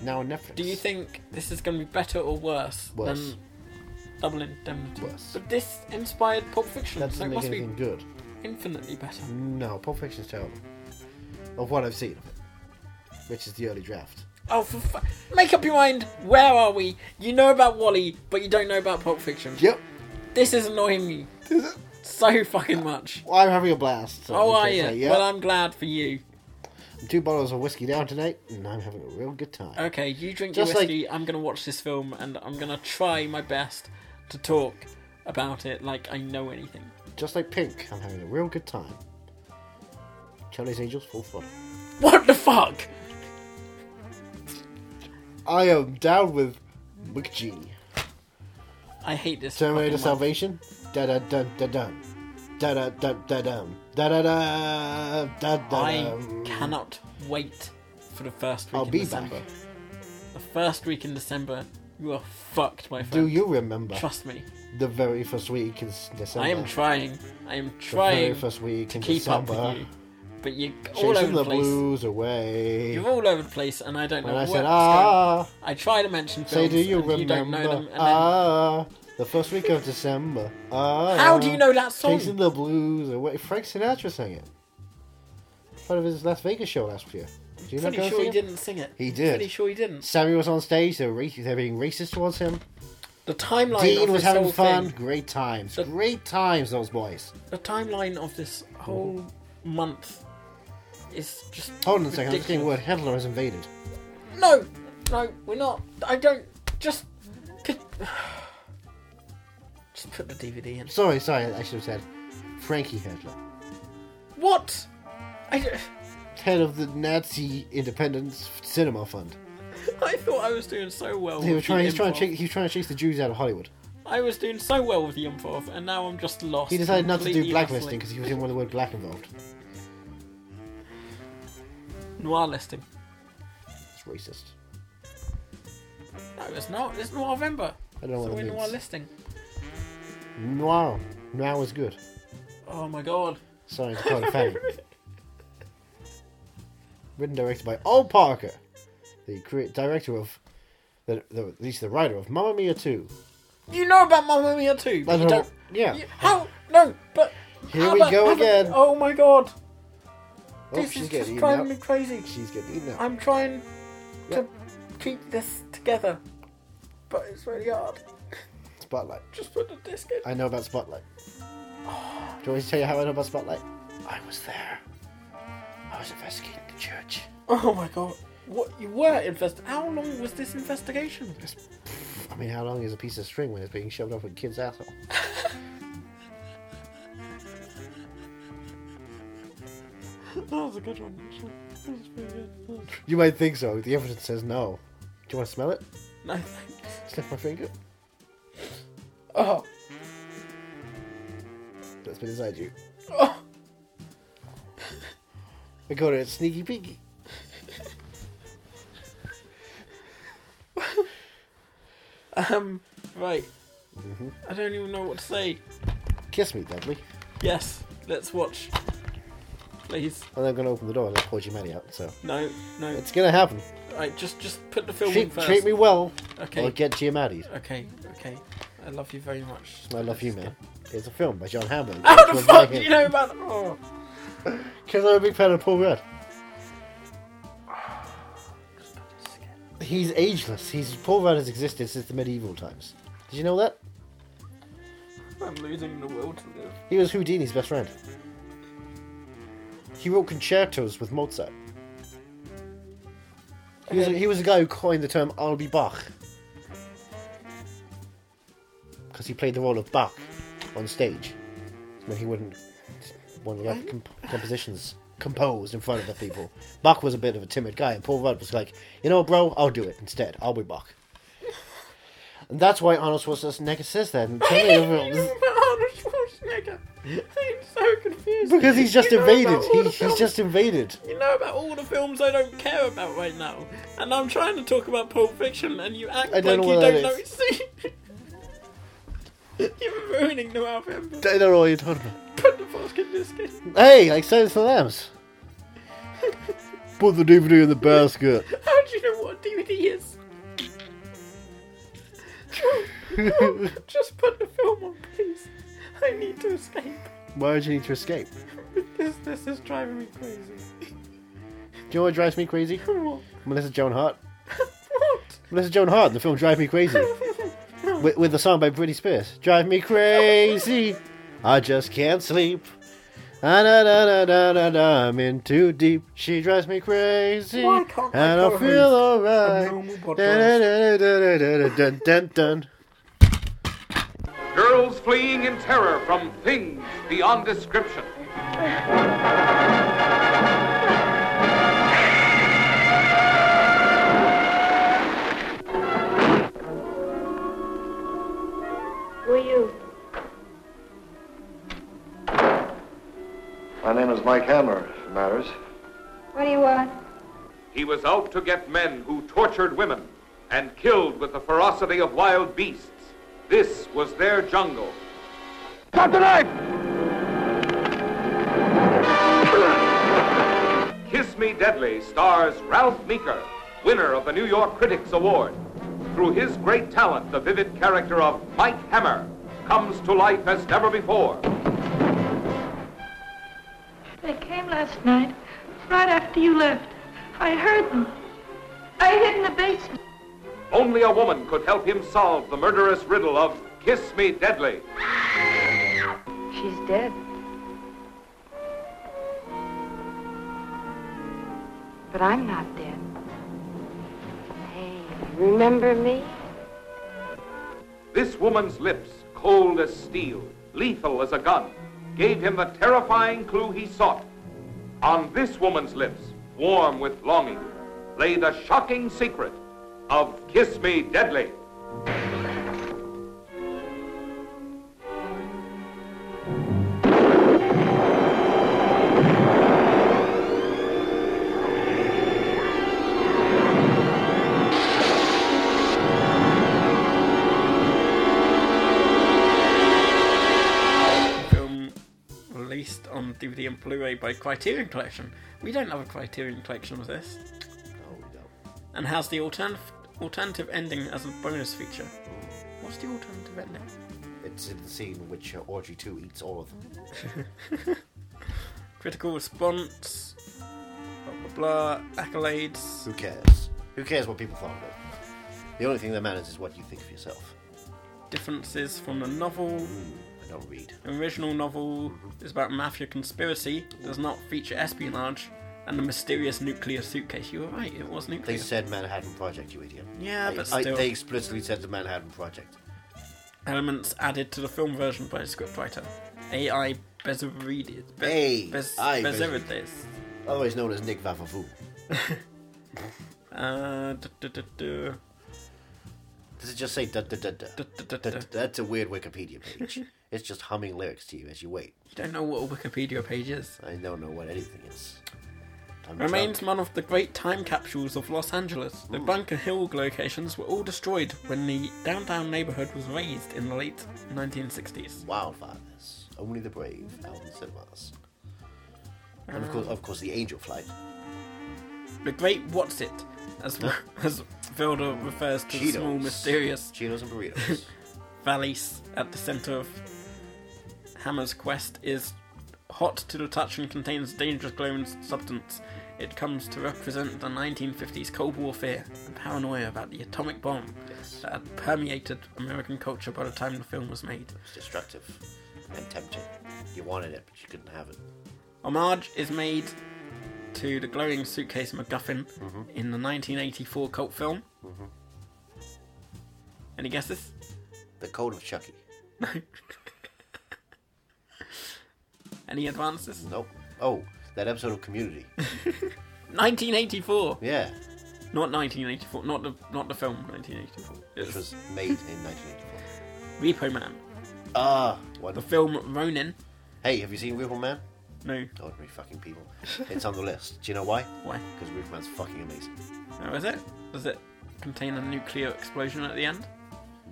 S1: now on Netflix.
S2: do you think this is going to be better or worse,
S1: Worse.
S2: than Double Indemnity?
S1: Worse.
S2: But this inspired Pulp Fiction,
S1: that
S2: so
S1: doesn't
S2: it
S1: make
S2: must be
S1: anything good?
S2: infinitely better.
S1: No, Pulp Fiction's terrible. Of what I've seen of it, which is the early draft.
S2: Oh, for fu- make up your mind. Where are we? You know about Wally, but you don't know about Pulp Fiction.
S1: Yep.
S2: This is annoying me so fucking much.
S1: Well, I'm having a blast. so
S2: Oh,
S1: you can
S2: are you?
S1: say, yeah.
S2: Well, I'm glad for you.
S1: two bottles of whiskey down tonight, and I'm having a real good time.
S2: Okay, you drink
S1: Just
S2: your
S1: like-
S2: whiskey. I'm gonna watch this film, and I'm gonna try my best to talk about it like I know anything.
S1: Just like Pink, I'm having a real good time. Charlie's Angels, full throttle.
S2: What the fuck?
S1: I am down with McGee.
S2: I hate this.
S1: Terminator
S2: fucking month.
S1: Salvation. Da da da da dum. Da da da da dum. Da da da da da.
S2: I cannot wait for the first week
S1: I'll
S2: in
S1: be back.
S2: December. The first week in December, you are fucked, my
S1: Do
S2: friend.
S1: you remember
S2: Trust me.
S1: the very first week in December?
S2: I am trying. I am
S1: The very
S2: trying to
S1: first week in
S2: keep
S1: December.
S2: up with you, but you're all over
S1: Chasing
S2: the
S1: the
S2: place.
S1: blues away.
S2: You're all over the place, and I don't know
S1: and I
S2: what's
S1: said,
S2: going.
S1: ah,
S2: I try to mention films,
S1: say, do you
S2: and
S1: remember?
S2: you don't know them, and then
S1: ah, the first week of December. Ah.
S2: How do you know that song?
S1: Chasing the blues away. Frank Sinatra sang it. Part of his Las Vegas show last year. Do you not
S2: Pretty
S1: go
S2: sure
S1: see
S2: he
S1: it?
S2: didn't sing it.
S1: He did.
S2: Pretty sure he didn't.
S1: Sammy was on stage. They're, ra- they're being racist towards him.
S2: The timeline. of
S1: Dean was
S2: this
S1: having
S2: whole
S1: fun.
S2: Thing,
S1: Great times.
S2: The-
S1: Great times. Those boys.
S2: the timeline of this whole month is just.
S1: Hold on a second. I'm just getting
S2: ridiculous.
S1: word. Hitler has invaded.
S2: No, no, we're not. I don't. Just. Could, <sighs> just put the DVD in.
S1: Sorry, sorry. I should have said Frankie Hitler,
S2: What? I, <laughs> d-
S1: head of the Nazi Independence Cinema Fund.
S2: I thought I was doing so well.
S1: He
S2: with
S1: was trying.
S2: The
S1: He's trying
S2: improv.
S1: to. Chase, he was trying to chase the Jews out of Hollywood.
S2: I was doing so well with the improv, and now I'm just lost.
S1: He decided not to do
S2: completely
S1: blacklisting
S2: hustling.
S1: because he was in one of the word black involved.
S2: Noir listing.
S1: It's racist.
S2: No, it's not. It's Noir November.
S1: I don't know
S2: So
S1: what
S2: we're
S1: it
S2: Noir
S1: means.
S2: listing.
S1: Noir. Noir was good.
S2: Oh my god.
S1: Sorry, Dakota Fanning. Written and directed by Al Parker, the crea- director of, the, the, at least the writer of Mamma Mia 2.
S2: You know about Mamma Mia too.
S1: I
S2: But you
S1: don't-
S2: don't,
S1: yeah.
S2: you- how? No, but.
S1: Here
S2: how
S1: we
S2: about-
S1: go
S2: how about-
S1: again.
S2: oh my god.
S1: Oh,
S2: this
S1: she's
S2: is
S1: getting
S2: just
S1: eaten
S2: driving
S1: up.
S2: me crazy.
S1: She's getting eaten up.
S2: I'm trying
S1: Yeah.
S2: to keep this together. But it's really hard.
S1: Spotlight.
S2: Just put the disc in.
S1: I know about Spotlight. Do you want me to tell you how I know about Spotlight? I was there. I was investigating the church.
S2: Oh my god. What? You were invested. How long was this investigation?
S1: I mean, how long is a piece of string when it's being shoved up a kid's asshole? <laughs>
S2: that was a good one, actually. That was pretty good.
S1: You might think so. The evidence says no. Do you want to smell it?
S2: <laughs> No thanks.
S1: Sniff my finger?
S2: Oh.
S1: That's been inside <laughs> you.
S2: oh.
S1: I call it Sneaky Peaky.
S2: Um, right.
S1: Mm-hmm.
S2: I don't even know what to say.
S1: Kiss me, Dudley.
S2: Yes, let's watch. Please.
S1: And I'm going to open the door and I'll pour your money out. So
S2: No, no.
S1: it's going to happen.
S2: Right, just just put the film in
S1: Treat,
S2: first.
S1: treat me well
S2: Okay.
S1: or get Giamatti's.
S2: Okay, okay. I love you very much.
S1: I love you, man. It's a film by John Hammond.
S2: How the fuck do you know about oh.
S1: Because I'm a big fan of Paul Rudd. He's ageless. He's Paul Rudd has existed since the medieval times. Did you know that?
S2: I'm losing the will to
S1: <laughs>
S2: live.
S1: He was Houdini's best friend. He wrote concertos with Mozart. He was, he was the guy who coined the term "I'll be Bach" because he played the role of Bach on stage. I mean, he wouldn't one of the like, comp- compositions composed in front of the people. Bach was a bit of a timid guy, and Paul Rudd was like, "You know, bro, I'll do it instead. I'll be Bach." And that's why Arnold Schwarzenegger says that. And Tony Overall-
S2: <laughs> Arnold Schwarzenegger. I'm so confused.
S1: because he's just
S2: You know
S1: invaded.
S2: about all
S1: He,
S2: the
S1: he's
S2: films-
S1: just invaded.
S2: You know about all the films I don't care about right now, and I'm trying to talk about Pulp Fiction, and you act
S1: I
S2: like
S1: don't
S2: you
S1: know what
S2: don't
S1: that
S2: know it's <laughs> You're ruining the alphabet.
S1: I don't know what you're talking about.
S2: <laughs> Put the basket <laughs> biscuit.
S1: Hey, like Silence of the Lambs. Put the DVD in the basket.
S2: How do you know what
S1: <laughs>
S2: DVD is? Just put the film on, please. I need to escape.
S1: Why would you need to escape?
S2: This this is driving me crazy.
S1: Do you know what drives me crazy?
S2: <laughs> what?
S1: Melissa Joan Hart. Melissa Joan Hart in the film Drive Me <laughs> Crazy. With, with the song by Britney Spears. Drive me crazy. I just can't sleep. Ah, da, da, da, da, da, da, I'm in too deep. She drives me crazy.
S2: Why can't I
S1: and I
S2: co-host
S1: feel alright.
S2: normal podcast?
S1: Dun, dun, dun, dun.
S3: Girls fleeing in terror from things beyond description.
S4: Who are you?
S5: My name is Mike Hammer, if it matters.
S4: What do you want?
S3: He was out to get men who tortured women and killed with the ferocity of wild beasts. This was their jungle. Drop the knife! Kiss Me Deadly stars Ralph Meeker, winner of the New York Critics Award. Through his great talent, the vivid character of Mike Hammer comes to life as never before.
S4: They came last night, right after you left. I heard them. I hid in the basement.
S3: Only a woman could help him solve the murderous riddle of Kiss Me Deadly.
S4: She's dead. But I'm not dead. Hey, remember me?
S3: This woman's lips, cold as steel, lethal as a gun, gave him the terrifying clue he sought. On this woman's lips, warm with longing, lay the shocking secret of Kiss Me Deadly.
S2: Film released on DVD and Blu-ray by Criterion Collection. We don't have a Criterion Collection of this,
S1: Oh, we don't.
S2: and has the alternative alternative ending as a bonus feature. What's the alternative ending?
S1: It's in the scene in which uh, Audrey 2 eats all of them.
S2: Critical response. Blah blah blah. Accolades.
S1: Who cares? Who cares what people thought of it? The only thing that matters is what you think of yourself.
S2: Differences from the novel.
S1: I don't read.
S2: The original novel is about mafia conspiracy, does not feature espionage, and the mysterious nuclear suitcase. You were right, it was
S1: They
S2: nuclear.
S1: said Manhattan Project, you idiot.
S2: Yeah,
S1: They-
S2: but
S1: I-
S2: still.
S1: they explicitly said the Manhattan Project.
S2: Elements added to the film version by the scriptwriter. AI Bezerides.
S1: Hey, I
S2: Bezerides.
S1: Otherwise known as Nick Vavavoom.
S2: Uh, duh, duh, duh, duh.
S1: Does it just say da da da da?
S2: Duh, duh, duh,
S1: That-
S2: duh.
S1: That's a weird Wikipedia
S2: <laughs>
S1: page. it's just humming lyrics to you as you wait.
S2: You don't know what a Wikipedia page is.
S1: I don't know what anything is. I'm
S2: Remains
S1: drunk.
S2: one of the great time capsules of Los Angeles. The Bunker Hill locations were all destroyed when the downtown neighborhood was razed in the late 1960s.
S1: Wildfires. Only the brave out in cinemas. And
S2: Uh-huh.
S1: of course, of course, the Angel Flight.
S2: The Great What's It, as, <laughs> as Velda refers to the
S1: Cheetos.
S2: small mysterious
S1: Cheetos and burritos.
S2: valley s- at the center of Hammer's quest, is hot to the touch and contains a dangerous glowing substance. It comes to represent the 1950s Cold War fear and paranoia about the atomic bomb
S1: yes.
S2: that had permeated American culture by the time the film was made.
S1: It's destructive and tempting. You wanted it, but you couldn't have it.
S2: Homage is made to the glowing suitcase MacGuffin in the 1984 cult film. Any guesses?
S1: The Code of Chucky.
S2: Any advances?
S1: Nope. Oh, that episode of Community.
S2: 1984,
S1: Yeah,
S2: not 1984, not the not the film 1984.
S1: which
S2: It
S1: was made in 1984.
S2: Repo Man,
S1: Ah,
S2: the
S1: wonderful.
S2: film Ronin.
S1: Hey, have you seen Repo Man?
S2: No,
S1: Ordinary fucking people. It's on the list. Do you know why?
S2: why?
S1: Because Repo Man's fucking amazing.
S2: Oh, is it? Does it contain a nuclear explosion at the end?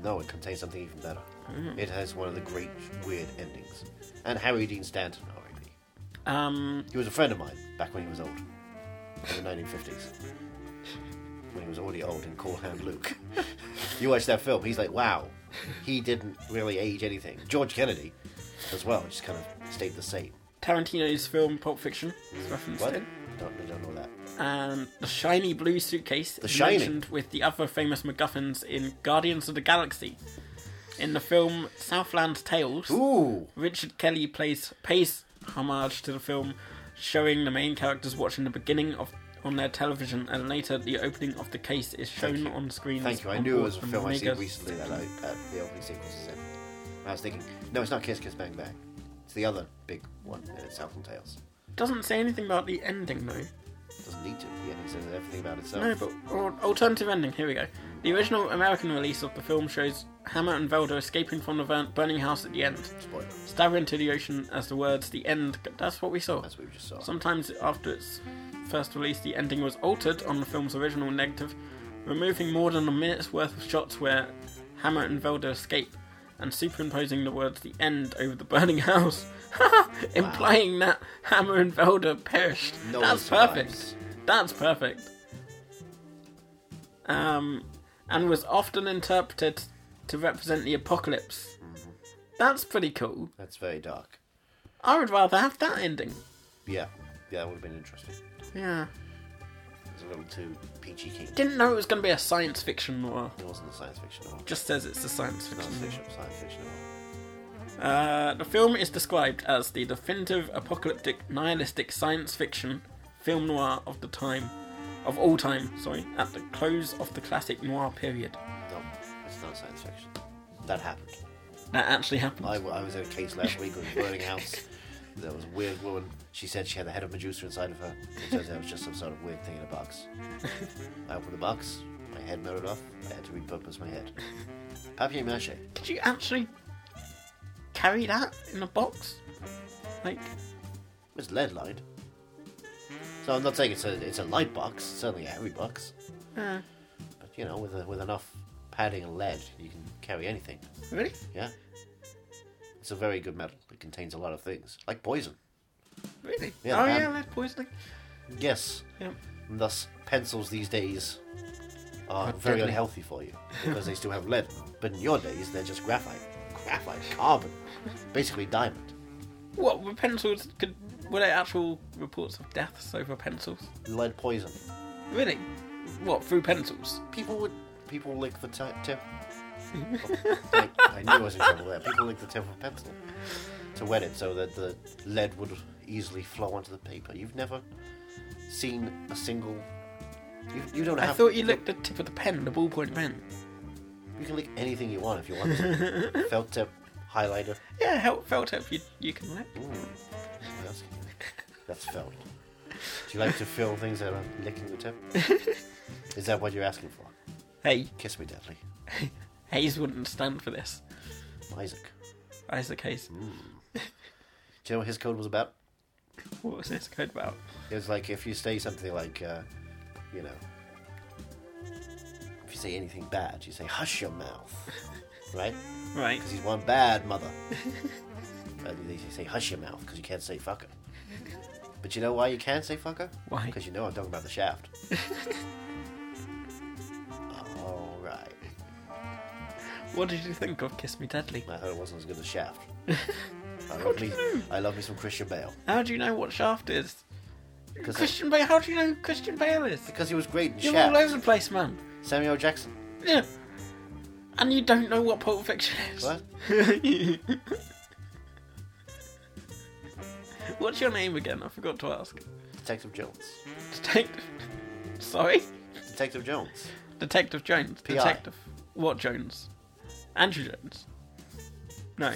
S1: No, it contains something even better. It has one of the great weird endings. And Harry Dean Stanton, R.I.P.
S2: Um,
S1: He was a friend of mine back when he was old, in the 1950s, when he was already old and called Hand Luke. you watch that film, he's like, wow, he didn't really age anything. George Kennedy, as well, just kind of stayed the same.
S2: Tarantino's film Pulp Fiction is referenced
S1: What?
S2: in.
S1: Don't, I don't know that.
S2: and the shiny blue suitcase is
S1: Shining.
S2: mentioned with the other famous MacGuffins in Guardians of the Galaxy. In the film Southland Tales,
S1: Ooh,
S2: Richard Kelly plays pays homage to the film, showing the main characters watching the beginning of on their television, and later the opening of the case is shown
S1: you.
S2: on screen.
S1: thank you. I knew it was a film I seen recently that I, uh, the opening sequence is in. I was thinking, no, it's not Kiss Kiss Bang Bang. It's the other big one, and it's Southland Tales.
S2: Doesn't say anything about the ending though.
S1: doesn't need to. The ending says everything about itself.
S2: No, but or, alternative ending. Here we go. The original American release of the film shows Hammer and Velda escaping from the burn- burning house at the end.
S1: Spoiler.
S2: Stab into the ocean as the words the end. That's what we saw.
S1: That's what we just saw.
S2: Sometimes after its first release, the ending was altered on the film's original negative, removing more than a minute's worth of shots where Hammer and Velda escape, and superimposing the words the end over the burning <laughs> house, implying that Hammer and Velda perished.
S1: No one
S2: That's perfect.
S1: survives.
S2: That's perfect. Um, and was often interpreted to represent the apocalypse. That's pretty cool.
S1: That's very dark.
S2: I would rather have that ending.
S1: Yeah, yeah, that would have been interesting.
S2: Yeah.
S1: It was a little too peachy keen.
S2: Didn't know it was going to be a science fiction noir.
S1: It wasn't a science fiction novel.
S2: Just says it's a science
S1: Not
S2: fiction.
S1: a fiction, science fiction novel.
S2: Uh, the film is described as the definitive apocalyptic nihilistic science fiction film noir of the time, of all time. Sorry, at the close of the classic noir period.
S1: No, it's not science fiction. That happened.
S2: That actually happened.
S1: I, I was in a case last week with a burning house. There was a weird woman. She said she had the head of Medusa inside of her. It turns out it was just some sort of weird thing in a box. I opened the box. My head melted off. I had to repurpose my head. Papier mâché.
S2: Did you actually carry that in a box? Like,
S1: It's lead lined. So I'm not saying it's a it's a light box, certainly a heavy box.
S2: uh,
S1: But you know, with a, with enough padding and lead, you can carry anything.
S2: really?
S1: Yeah. It's a very good metal. It contains a lot of things, like poison.
S2: Really?
S1: Yeah,
S2: oh
S1: man.
S2: yeah, lead poisoning.
S1: Yes.
S2: Yep.
S1: And thus, pencils these days are
S2: Are
S1: very
S2: deadly.
S1: unhealthy for you because they still have lead. in them. But in your days, they're just graphite, graphite, carbon, basically diamond.
S2: What were pencils? Could were there actual reports of deaths over pencils?
S1: Lead poison.
S2: Really? What through pencils?
S1: People would people lick the ti
S2: <laughs>
S1: tip. I, I knew I was in trouble there. People lick the tip of a pencil to wet it so that the lead would easily flow onto the paper. You've never seen a single. You, you don't
S2: I
S1: have.
S2: thought you licked the tip of the pen, the ballpoint pen.
S1: You can lick anything you want if you want
S2: <laughs>
S1: to. Felt tip, highlighter.
S2: Yeah, help felt tip. You you can lick.
S1: What else can you lick? That's felt. Do you like to fill things that are licking the
S2: <laughs>
S1: tip? Is that what you're asking for?
S2: Hey,
S1: Kiss me, Deadly.
S2: Hayes wouldn't stand for this.
S1: Isaac.
S2: Isaac Hayes.
S1: Do you know what his code was about?
S2: What was this code about?
S1: It was like if you say something like, uh, you know, if you say anything bad, you say hush your mouth, right?
S2: Right.
S1: Because he's one bad
S2: <laughs>
S1: mother. Uh, they they say hush your mouth because you can't say fucker. But you know why you can't say fucker?
S2: Why?
S1: Because you know I'm talking about the
S2: <laughs>
S1: shaft. All right.
S2: What did you think of Kiss Me Deadly?
S1: I thought it wasn't as good as
S2: <laughs>
S1: shaft. I love me. I love me some Christian Bale
S2: How do you know what Shaft is?
S1: because
S2: Christian Bale. How do you know who Christian Bale is?
S1: because he was great in
S2: You're
S1: shaft.
S2: all over the place, man.
S1: Samuel Jackson.
S2: Yeah. And you don't know what Pulp Fiction is.
S1: What?
S2: <laughs> What's your name again? I forgot to ask.
S1: Detective Jones.
S2: Detective. Sorry?
S1: Detective Jones.
S2: Detective Jones.
S1: PI.
S2: Detective. What Jones? Andrew Jones. No.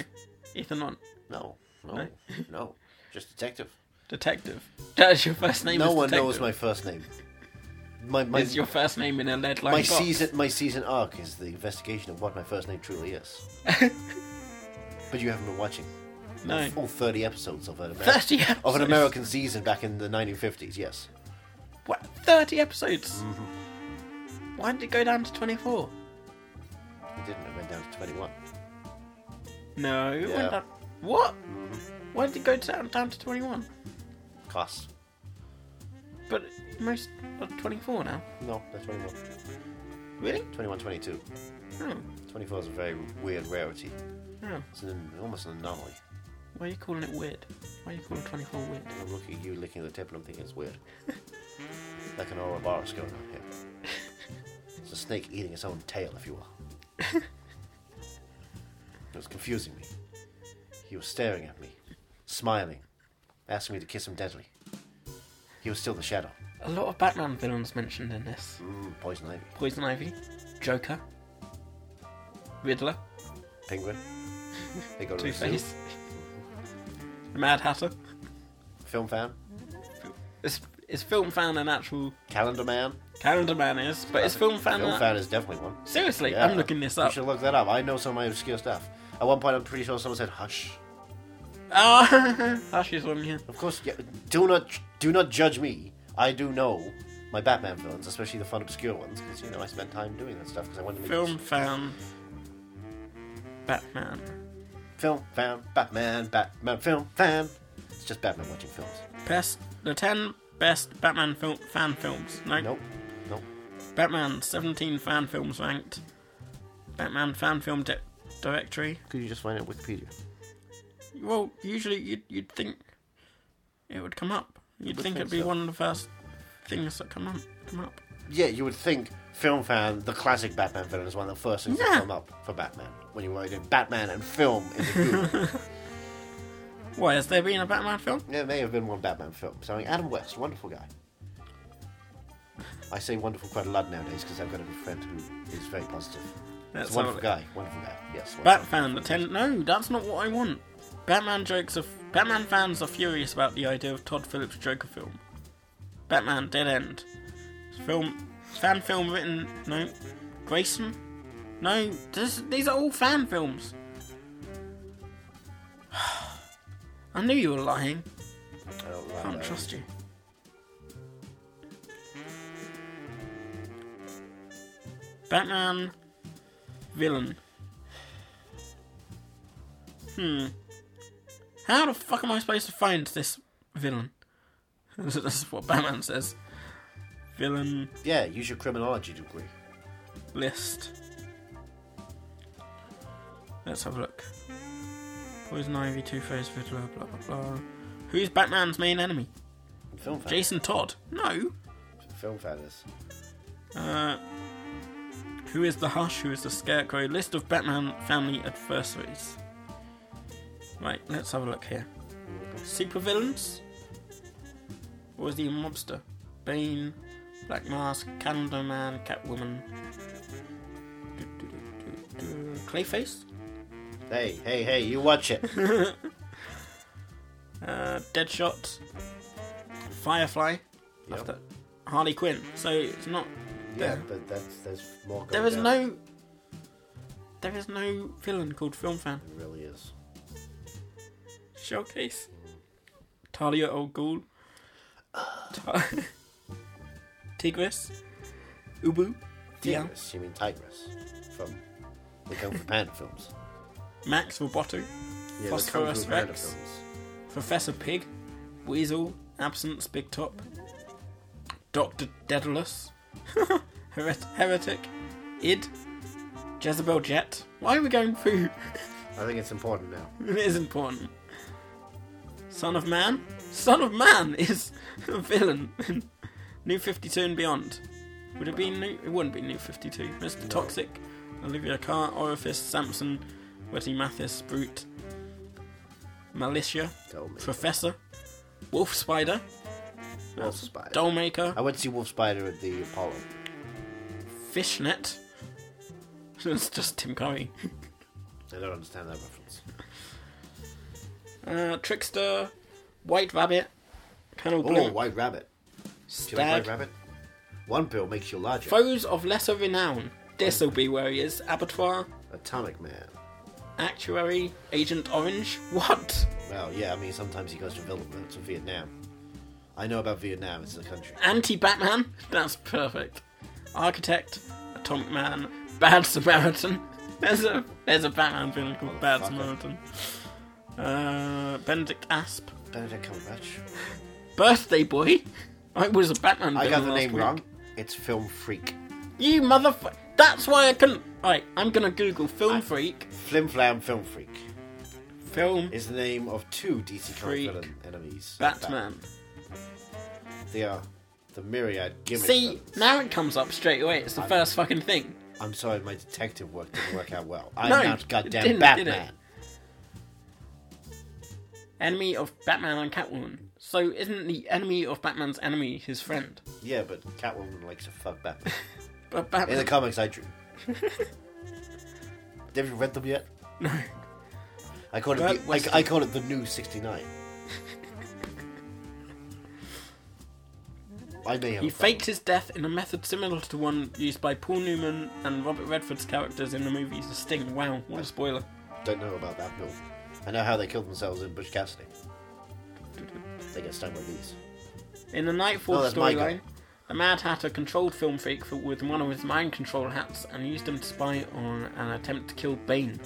S2: Ethan Hunt.
S1: No, no,
S2: No? <laughs>
S1: no. Just Detective.
S2: Detective. That's your first name.
S1: no
S2: is
S1: one
S2: detective.
S1: knows my first name. My my
S2: Is your first name in a lead line
S1: my
S2: box?
S1: season my season arc is the investigation of what my first name truly is.
S2: <laughs>
S1: but you haven't been watching
S2: No.
S1: all thirty episodes of an American,
S2: 30 episodes.
S1: of an American season back in the nineteen fifties. Yes,
S2: What? 30 episodes? Why did it go down to 24?
S1: it didn't. It went down to twenty one.
S2: No. it
S1: Yeah.
S2: Went down... What? Why did it go down, down to 21?
S1: Costs.
S2: But most are 24 now.
S1: No, that's 21.
S2: Really?
S1: 21, 22.
S2: Oh.
S1: 24 is a very weird rarity.
S2: oh.
S1: It's an, almost an anomaly.
S2: Why are you calling it weird? Why are you calling 24 weird?
S1: I'm looking at you licking the tip and I'm thinking it's weird. <laughs> like an Ouroboros going on here. It's a snake eating its own tail, if you will.
S2: <laughs>
S1: it was confusing me. He was staring at me, smiling, asking me to kiss him deadly. He was still the shadow.
S2: A lot of Batman villains mentioned in this.
S1: Mm, poison ivy.
S2: Poison Ivy, Joker, Riddler,
S1: Penguin. They go to
S2: Two
S1: the zoo.
S2: Face, the Mad Hatter.
S1: Film fan.
S2: Is, is film fan an actual
S1: Calendar man.
S2: calendar man is? But is film fan?
S1: Film
S2: an-
S1: fan is definitely one.
S2: Seriously,
S1: Yeah.
S2: I'm looking this
S1: You
S2: up.
S1: should look that up. I know some obscure stuff. At one point, I'm pretty sure someone said "hush."
S2: Ah, <laughs> Hush is one here.
S1: Of course, yeah, do not do not judge me. I do know my Batman villains, especially the fun obscure ones, because you know I spent time doing that stuff because I wanted to make
S2: Film fan, Batman.
S1: film fan, Batman, Batman, film fan. It's just Batman watching films.
S2: Best the ten best Batman film, fan films. No,
S1: Nope, nope.
S2: Batman 17 fan films ranked. Batman fan film di- directory.
S1: Could you just find it on Wikipedia?
S2: Well, usually you'd, you'd think it would come up. You'd
S1: would
S2: think,
S1: think
S2: it'd be
S1: so.
S2: one of the first things that come up. Come up.
S1: Yeah, you would think film fan, the classic Batman villain, is one of the first things
S2: Nah.
S1: that come up for Batman when you write in Batman and film in the
S2: <laughs>
S1: Google.
S2: Why has there been a Batman film?
S1: There may have been one Batman film starring Adam West, wonderful guy. I say wonderful quite a lot nowadays because I've got a friend who is very positive.
S2: That's
S1: It's a wonderful
S2: all-
S1: guy, wonderful guy. Yes. wonderful.
S2: Batfan, the ten. No, that's not what I want. Batman jokes of Batman fans are furious about the idea of Todd Phillips' Joker film. Batman Dead End, film, fan film written. No, Grayson. No, this, these are all fan films. <sighs> I knew you were lying.
S1: I don't like
S2: I can't
S1: that.
S2: trust you. Batman villain. Hmm. How the fuck am I supposed to find this villain? <laughs> this is what Batman says. Villain
S1: Yeah, use your criminology degree.
S2: list. Let's have a look. Poison Ivy, Two Face, Riddler, blah blah blah. Who's Batman's main enemy?
S1: Film fan.
S2: Jason Todd. No.
S1: Film fan is.
S2: Uh, who is the Hush? Who is the Scarecrow? List of Batman family adversaries. Right, let's have a look here. Supervillains? Or is he a mobster? Bane, Black Mask, Candleman, Catwoman. Du- du- du- du- du. Clayface?
S1: Hey, hey, hey! You watch
S2: <laughs>
S1: it.
S2: Uh, Deadshot, Firefly.
S1: Yep.
S2: After Harley Quinn. So it's not.
S1: Yeah, but that's there's more. Going
S2: There is
S1: down.
S2: no. There is no villain called Film Fan.
S1: It really is.
S2: Showcase. Talia Al Ghul. Ta- <laughs> Tigris. Ubu. Dion.
S1: Tigress. You mean tigress from the Kung Fu Panda films.
S2: Max
S1: Yeah, the
S2: Roboto.
S1: Kung Fu
S2: Phosphorus
S1: Panda
S2: Rex.
S1: films.
S2: Professor Pig. Weasel. Absence. Big Top. Dr. Daedalus. <laughs> Heret- Heretic. Id. Jezebel Jet. Why are we going through?
S1: I think it's important now.
S2: it is important. Son of Man? Son of Man is a villain <laughs> in New 52 and Beyond. Would it be New? It wouldn't be New 52. Mr. Toxic, Olivia Carr, Orifice, Samson, Wetty Mathis, Brute, Militia,
S1: Tell me.
S2: <laughs> Professor, Wolf Spider,
S1: Wolf Spider.
S2: Dollmaker,
S1: I went to see Wolf Spider at the Apollo.
S2: Fishnet. <laughs> It's just Tim Curry.
S1: I don't understand that reference.
S2: Uh, Trickster, White Rabbit, Colonel
S1: Oh,
S2: Blimp,
S1: White Rabbit. Do you like
S2: Stag,
S1: White Rabbit? One pill makes you larger.
S2: Foes of Lesser Renown. This'll be where he is. Abattoir,
S1: Atomic Man.
S2: Actuary, Agent Orange. What?
S1: Well, yeah, I mean, sometimes he goes to, Vil- to Vietnam. I know about Vietnam, it's a country.
S2: Anti Batman? That's perfect. Architect, Atomic Man, Bad Samaritan. There's a there's a Batman film called Bad
S1: Motherfucker.
S2: Samaritan. Uh, Benedict Asp,
S1: Benedict Cumberbatch.
S2: Birthday Boy. I was a Batman.
S1: I
S2: villain
S1: got the
S2: last
S1: name
S2: week.
S1: wrong. It's Film Freak.
S2: You motherfucker. That's why I couldn't. Right, I'm gonna Google Film Freak.
S1: Flim Flam Film Freak
S2: Film
S1: is the name of two DC comic
S2: Freak.
S1: villain enemies.
S2: Batman.
S1: They are the myriad gimmick.
S2: See,
S1: villains.
S2: now it comes up straight away. It's the first fucking thing.
S1: I'm sorry, my detective work didn't work out well. I'm
S2: No,
S1: not
S2: it
S1: goddamn
S2: didn't, did it?
S1: Batman.
S2: Enemy of Batman and Catwoman. So isn't the enemy of Batman's enemy his friend?
S1: Yeah, but Catwoman likes to fuck Batman.
S2: But
S1: In the
S2: Batman.
S1: comics I
S2: <laughs>
S1: drew. Have you read them yet?
S2: No.
S1: I called
S2: Well,
S1: it. The,
S2: Western-
S1: I, I called it the new '69. I may have.
S2: He
S1: a problem.
S2: faked his death in a method similar to one used by Paul Newman and Robert Redford's characters in the movies The Sting. Wow, what a spoiler.
S1: Don't know about that film. I know how they killed themselves in Bush Cassidy. They get stung by bees.
S2: In the Nightfall
S1: Oh, that's my
S2: storyline,
S1: guy.
S2: the Mad Hatter controlled Film Freak for, with one of his mind control hats and used him to spy on an attempt to kill Bane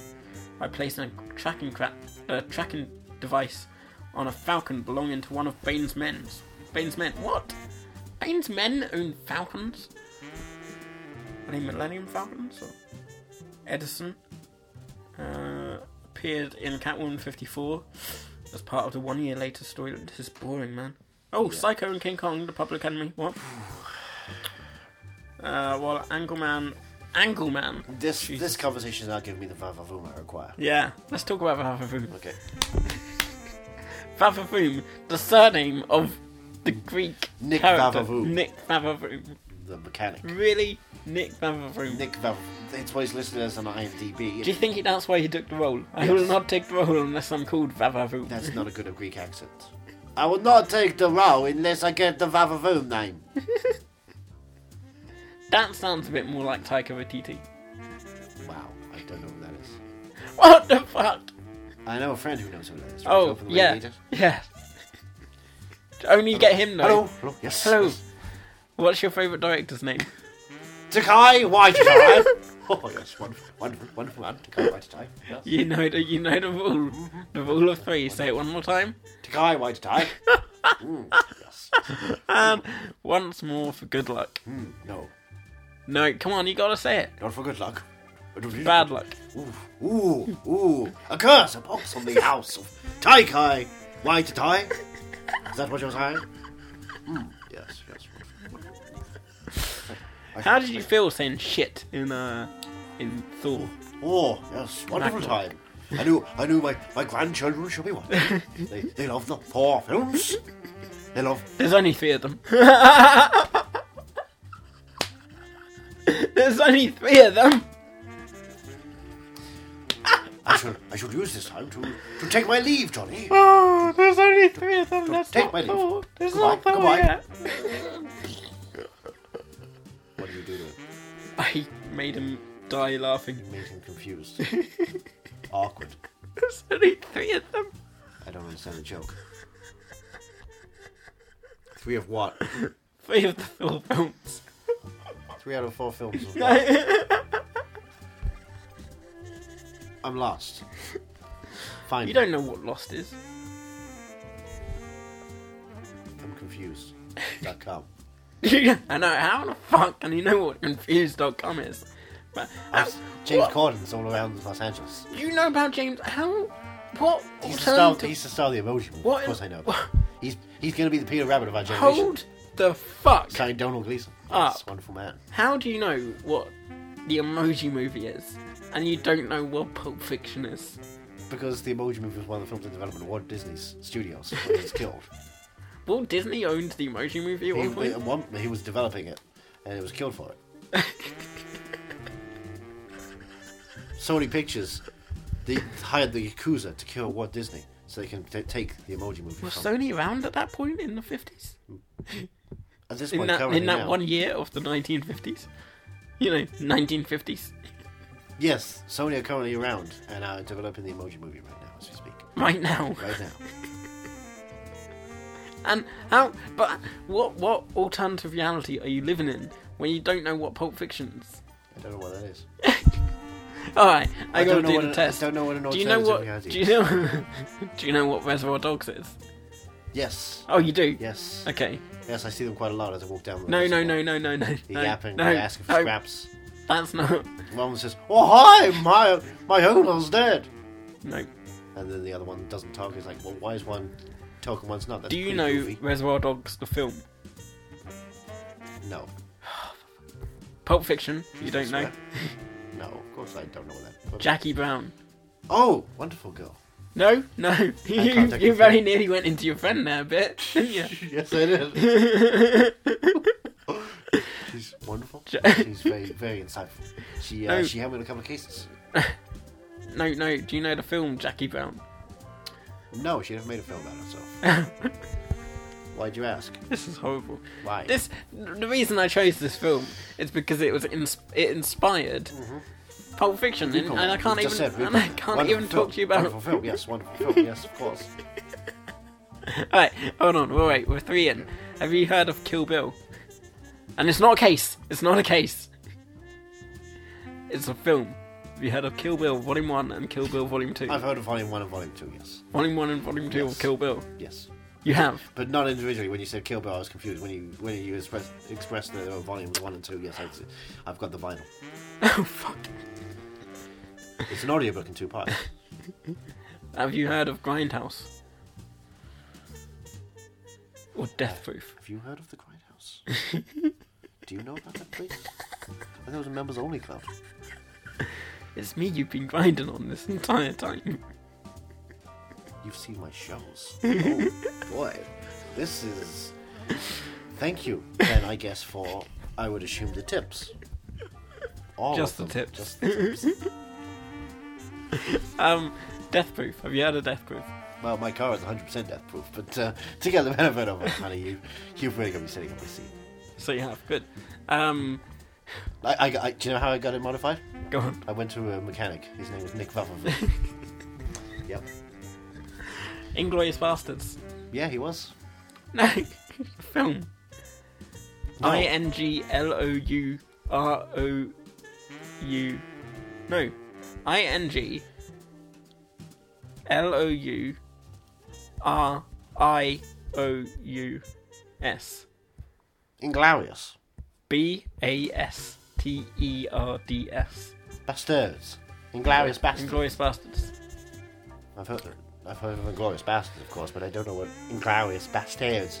S2: by placing a tracking, cra- uh, tracking device on a falcon belonging to one of Bane's men's. Bane's men? What? Bane's men own falcons? Are they Millennium Falcons? Or? Edison uh, appeared in Catwoman 54 as part of the one year later story. This is boring, man. Oh, Psycho and King Kong, the public enemy.
S1: <sighs>
S2: What? uh, well, Angleman. Angleman?
S1: This
S2: Jesus.
S1: this conversation is not giving me the vavavoom I require.
S2: Yeah, let's talk about Vavavoom.
S1: Okay.
S2: Vavavoom, the surname of the Greek
S1: Nick
S2: character.
S1: Vavavoom.
S2: Nick Vavavoom.
S1: The mechanic.
S2: Really? Nick Vavavoom.
S1: Nick Vav. It's what he's listed as on IMDb.
S2: Do you think he, that's why he took the role? I
S1: Yes.
S2: will not take the role unless I'm called Vavavoom.
S1: That's not a good Greek accent. I will not take the role unless I get the vavavoom name.
S2: That sounds a bit more like Taika Waititi. <laughs>
S1: Wow, I don't know what that is.
S2: What the fuck?
S1: I know a friend who knows who that is. Shall we go
S2: Oh,
S1: for the
S2: yeah.
S1: radiator?
S2: <laughs> Yeah. Only get him, though.
S1: Hello. Hello. Yes.
S2: Hello. What's your favourite director's <laughs> name?
S1: Takai White
S2: <laughs>
S1: Tie. oh yes, wonderful, wonderful, wonderful man. Takai White Tie. Yes.
S2: You know the, you know the rule. The rule of three. Say it one more time.
S1: Takai White Tie. Mm, yes.
S2: And once more for good luck.
S1: Mm, no,
S2: No, come on, you gotta say it.
S1: not for good luck.
S2: Bad luck.
S1: Ooh, ooh, ooh. A curse upon on the house of Taikai White Tie. Is that what you're saying? Mm, yes, yes. wonderful, wonderful. I-
S2: How did you feel saying shit in uh in Thor?
S1: Oh, yes, wonderful
S2: Blacklock.
S1: time. I knew, I knew my, my grandchildren should be
S2: <laughs>
S1: watching. they, they love the four films. They love
S2: There's only three of <laughs> them. There's only three of them.
S1: I shall, I shall use this time to, to take my leave, Johnny.
S2: Oh, there's only three of them. That's
S1: Take
S2: not
S1: my leave.
S2: Thor. There's
S1: Goodbye,
S2: not Thor
S1: goodbye.
S2: yet.
S1: What do you do to him?
S2: I made him die laughing.
S1: Made him
S2: <laughs>
S1: confused. Awkward.
S2: There's only three of them.
S1: I don't understand the joke. Three of what?
S2: Three of the Thor films.
S1: Three out of four films
S2: <laughs>
S1: of what? I'm lost. Fine.
S2: You don't know what Lost is. <laughs>
S1: I'm confused. Dot com.
S2: I know, how the fuck can you know what confused.com is? But,
S1: I
S2: how-
S1: was- James
S2: what-
S1: Corden's all around Los Angeles.
S2: You know about James. How? What?
S1: He's the star.
S2: alternative-
S1: He's the star of the emoji. Movie.
S2: What
S1: Of course,
S2: in-
S1: I know.
S2: what-
S1: He's he's going to be the Peter Rabbit of our generation.
S2: Hold the fuck.
S1: Signed Donald Gleason.
S2: Up.
S1: Yes, wonderful man.
S2: How do you know what the emoji movie is? And you don't know what Pulp Fiction is? <laughs>
S1: Because the Emoji Movie was one of the films in development at Walt Disney's Studios when he was killed.
S2: Walt Disney owned the Emoji movie at
S1: He,
S2: one point.
S1: at one, he was developing it, and he was killed for
S2: <laughs>
S1: it. Sony Pictures they hired the Yakuza to kill Walt Disney so they can t- take the Emoji Movie
S2: Was
S1: from him.
S2: Sony around at that point in the 50s?
S1: At this
S2: In
S1: point,
S2: that,
S1: currently
S2: in that
S1: now,
S2: one year of the 1950s? You know, 1950s.
S1: yes, Sony are currently around and are developing the Emoji Movie right now as we speak.
S2: <laughs> Right now.
S1: Right now,
S2: And how? But what what alternative reality are you living in when you don't know what Pulp Fiction's?
S1: I don't know what that is.
S2: All right, I,
S1: I don't
S2: gotta
S1: know
S2: do
S1: what
S2: the
S1: an- I
S2: test.
S1: don't know what an
S2: Do you know
S1: alternative
S2: what?
S1: reality
S2: Do you know? <laughs> do you know what Reservoir Dogs is?
S1: Yes,
S2: Oh, you do.
S1: yes,
S2: Okay.
S1: yes. I see them quite a lot as I walk down the.
S2: No, no, no,
S1: Reservoir.
S2: no, no, no.
S1: They
S2: no,
S1: yap and
S2: no,
S1: they ask for
S2: no,
S1: scraps.
S2: That's not.
S1: One says, "Oh hi, my my owner's dead,"
S2: No.
S1: and then the other one doesn't talk. He's like, "Well, why is one talking? One's not." That's
S2: Do you
S1: pretty
S2: know
S1: goofy."
S2: Reservoir Dogs the film?
S1: No.
S2: Pulp Fiction. You don't know.
S1: Swear. no, of course I don't know that. But-
S2: Jackie Brown.
S1: Oh, wonderful girl.
S2: No, no. <laughs> You,
S1: take
S2: you
S1: it.
S2: very nearly went into your friend there a bit, <laughs> didn't you?
S1: Yes, I did.
S2: <laughs>
S1: She's wonderful. She's very very insightful. She uh,
S2: No.
S1: she helped me in a couple of cases.
S2: No, no. Do you know the film Jackie Brown?
S1: No, she never made a film about herself.
S2: <laughs>
S1: Why'd you ask?
S2: This is horrible.
S1: Why?
S2: This the reason I chose this film is because it was ins- it inspired Pulp Fiction, and, and I
S1: We've
S2: can't even
S1: just said we've
S2: and I
S1: done that.
S2: can't
S1: Wonderful
S2: even
S1: film,
S2: talk to you about.
S1: wonderful film. Yes, wonderful film. Yes, of course.
S2: All right, hold on. We're wait. We're three in. Have you heard of Kill Bill? And it's not a case. It's not a case. It's a film. Have you heard of Kill Bill Volume One and Kill Bill Volume 2
S1: I've heard of Volume One and Volume Two. Yes,
S2: Volume One and Volume Two
S1: Yes.
S2: of Kill Bill.
S1: yes.
S2: You have. <laughs>
S1: But not individually. When you said Kill Bill, I was confused. When you when you express expressed the volume one and two, yes, I, I've got the vinyl.
S2: Oh fuck.
S1: It's an audiobook in two parts.
S2: Have you heard of Grindhouse? Or Death Proof?
S1: Have you heard of the
S2: <laughs>
S1: Grindhouse? Do you know about that place? I think it was a members only club.
S2: It's me you've been grinding on this entire time.
S1: You've seen my shows.
S2: <laughs>
S1: Oh boy, this is. Thank you. Then I guess for I would assume the tips. All
S2: Just the
S1: of them.
S2: tips.
S1: Just the tips.
S2: <laughs> Um, Death Proof. Have you heard of Death Proof?
S1: Well, my car is 100% death proof, but uh, to get the benefit of it, honey, you, you've really got me sitting on my seat.
S2: So you have. Good. Um,
S1: I, I, I- do you know how I got it modified?
S2: go on.
S1: I went to a mechanic. His name was Nick Vaffel.
S2: <laughs>
S1: yep.
S2: Inglorious Bastards. <laughs>
S1: Yeah, he was.
S2: No. Film.
S1: No.
S2: I N G L O U R O U. No. I N G L O U R I O U S.
S1: Inglorious.
S2: B A S T E R D S.
S1: Bastards. Inglorious bastards.
S2: Inglorious Bastards.
S1: I've heard of I've heard of Inglorious Bastards, of course, but I don't know what Inglorious Bastards is.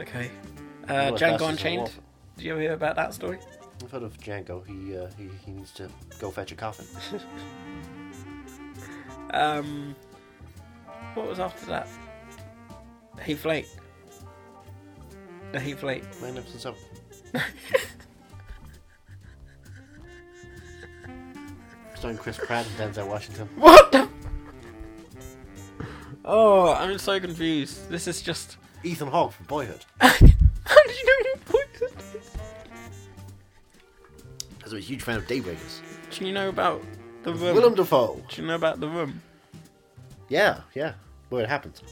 S2: Okay. Uh,
S1: Inglourious
S2: Django
S1: Basterds
S2: Unchained.
S1: is awful.
S2: Do you ever hear about that story?
S1: I've heard of Django. He, uh, he, he needs to go fetch a coffin.
S2: Um, what was after that? Heath Lake. The Heath Lake.
S1: Magnificent Seven. Starring Chris Pratt and Denzel Washington.
S2: What the? Oh, I'm so confused. This is just. <laughs>
S1: Ethan Hawke from Boyhood.
S2: How did you know who Boyhood is?
S1: Because I'm a huge fan of Daybreakers.
S2: Do you know about the room?
S1: Willem Dafoe.
S2: Do you know about the room?
S1: Yeah, yeah. Where it happens.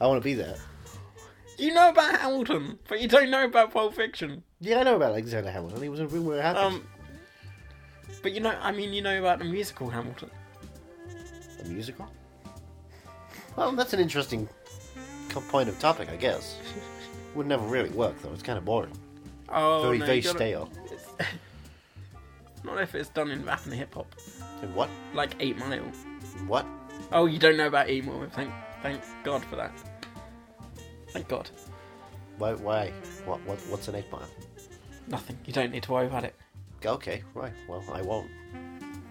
S1: I want to be there.
S2: You know about Hamilton, but you don't know about Pulp Fiction.
S1: Yeah, I know about Alexander Hamilton. He was in a room where it happened.
S2: Um, but you know, I mean, you know about the musical Hamilton.
S1: a musical? Well, that's an interesting co- point of topic, I guess. Would never really work, though. It's kind of boring.
S2: Oh,
S1: very,
S2: no, you
S1: very
S2: gotta-
S1: stale.
S2: it's- <laughs> Not if it's done in rap and hip hop,
S1: And what?
S2: like Eight Mile.
S1: And what?
S2: Oh, you don't know about Eight Mile. Thank, thank God for that. Thank God.
S1: Why? Why? What? what what's an eight mile?
S2: Nothing. You don't need to worry about it.
S1: Okay, right. Well, I won't.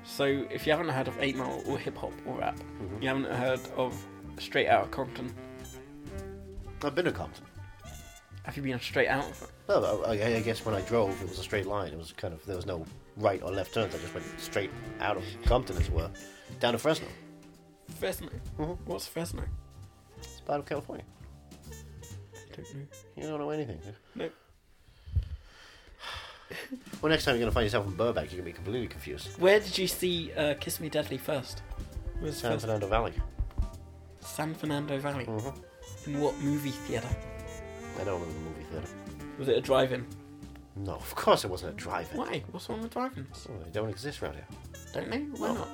S2: So, if you haven't heard of Eight Mile
S1: Mm-hmm.
S2: or hip hop or rap, you haven't heard of Straight Outta Compton.
S1: I've been to Compton.
S2: Have you been straight out? of it?
S1: No, I, I- I guess when I drove, it was a straight line. It was kind of there was no right or left turns. I just went straight out of Compton, as it were, down to Fresno.
S2: Fresno.
S1: Mm-hmm.
S2: What's Fresno?
S1: It's part of California.
S2: I don't know.
S1: You don't know anything.
S2: No.
S1: Well, next time you're gonna find yourself in Burbank, you're gonna be completely confused.
S2: Where did you see uh, Kiss Me Deadly first? Where's
S1: San
S2: first?
S1: Fernando Valley.
S2: San Fernando Valley.
S1: Mhm.
S2: In what movie theater?
S1: I don't remember the movie theater.
S2: Was it a drive-in?
S1: No, of course it wasn't a drive-in.
S2: Why? What's wrong with drive-ins?
S1: Oh, they don't exist around here.
S2: Don't know. Why
S1: No.
S2: not?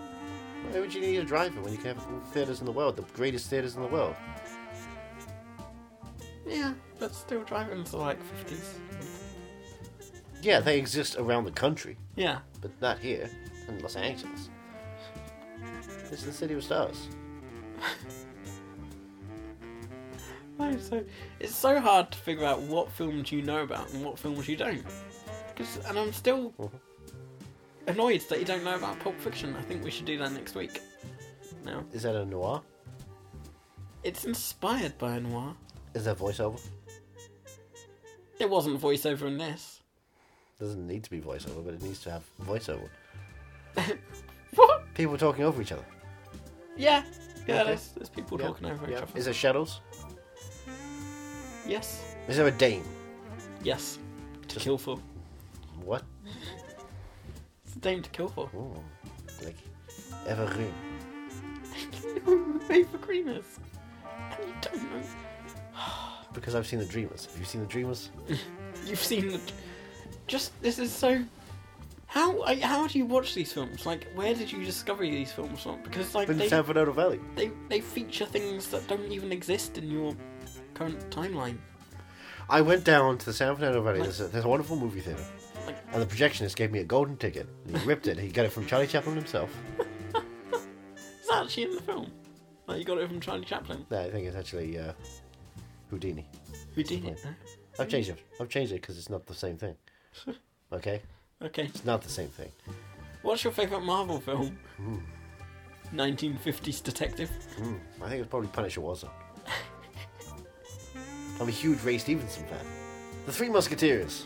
S1: Why would you need a drive-in when you can have all the theaters in the world, the greatest theaters in the world?
S2: Yeah, but still drive-ins are like fifties.
S1: Yeah, they exist around the country,
S2: Yeah.
S1: but not here in Los Angeles. This is the city of stars.
S2: No, so it's so hard to figure out what films you know about and what films you don't. 'Cause- and I'm still annoyed that you don't know about Pulp Fiction. I think we should do that next week. Now,
S1: Is that a noir?
S2: it's inspired by a noir.
S1: Is there voiceover?
S2: There wasn't voiceover in this. <laughs>
S1: Doesn't need to be voiceover, but it needs to have voiceover.
S2: What?
S1: People talking over each other.
S2: Yeah. Yeah,
S1: Okay.
S2: there's, there's people
S1: Yeah,
S2: talking over
S1: yeah.
S2: each other.
S1: Is there shadows?
S2: yes.
S1: Is there a dame?
S2: Yes. To kill for.
S1: What?
S2: It's a dame to kill for.
S1: Ooh, like Evergreen.
S2: you <laughs> know who Ava Green is. And you don't know.
S1: Because I've seen the Dreamers. Have you seen the Dreamers?
S2: You've seen the. Just this is so. How I- how do you watch these films? Like, where did you discover these films from? Because like
S1: In
S2: they,
S1: San Fernando Valley.
S2: they they feature things that don't even exist in your current timeline.
S1: I went down to the San Fernando Valley. There's a, there's a wonderful movie theater,
S2: Like-
S1: and the projectionist gave me a golden ticket. He ripped it. He got it from Charlie Chaplin himself.
S2: It's actually in the film. Like you got it from Charlie Chaplin.
S1: No, I think it's actually uh, Houdini.
S2: Who did it? Hmm.
S1: I've changed it. I've changed it because it's not the same
S2: <laughs>
S1: thing. Okay,
S2: Okay.
S1: it's not the same thing.
S2: What's your favourite Marvel film? 1950s detective.
S1: I think it's probably Punisher
S2: <laughs>
S1: Warzone. I'm a huge Ray Stevenson fan. The Three Musketeers,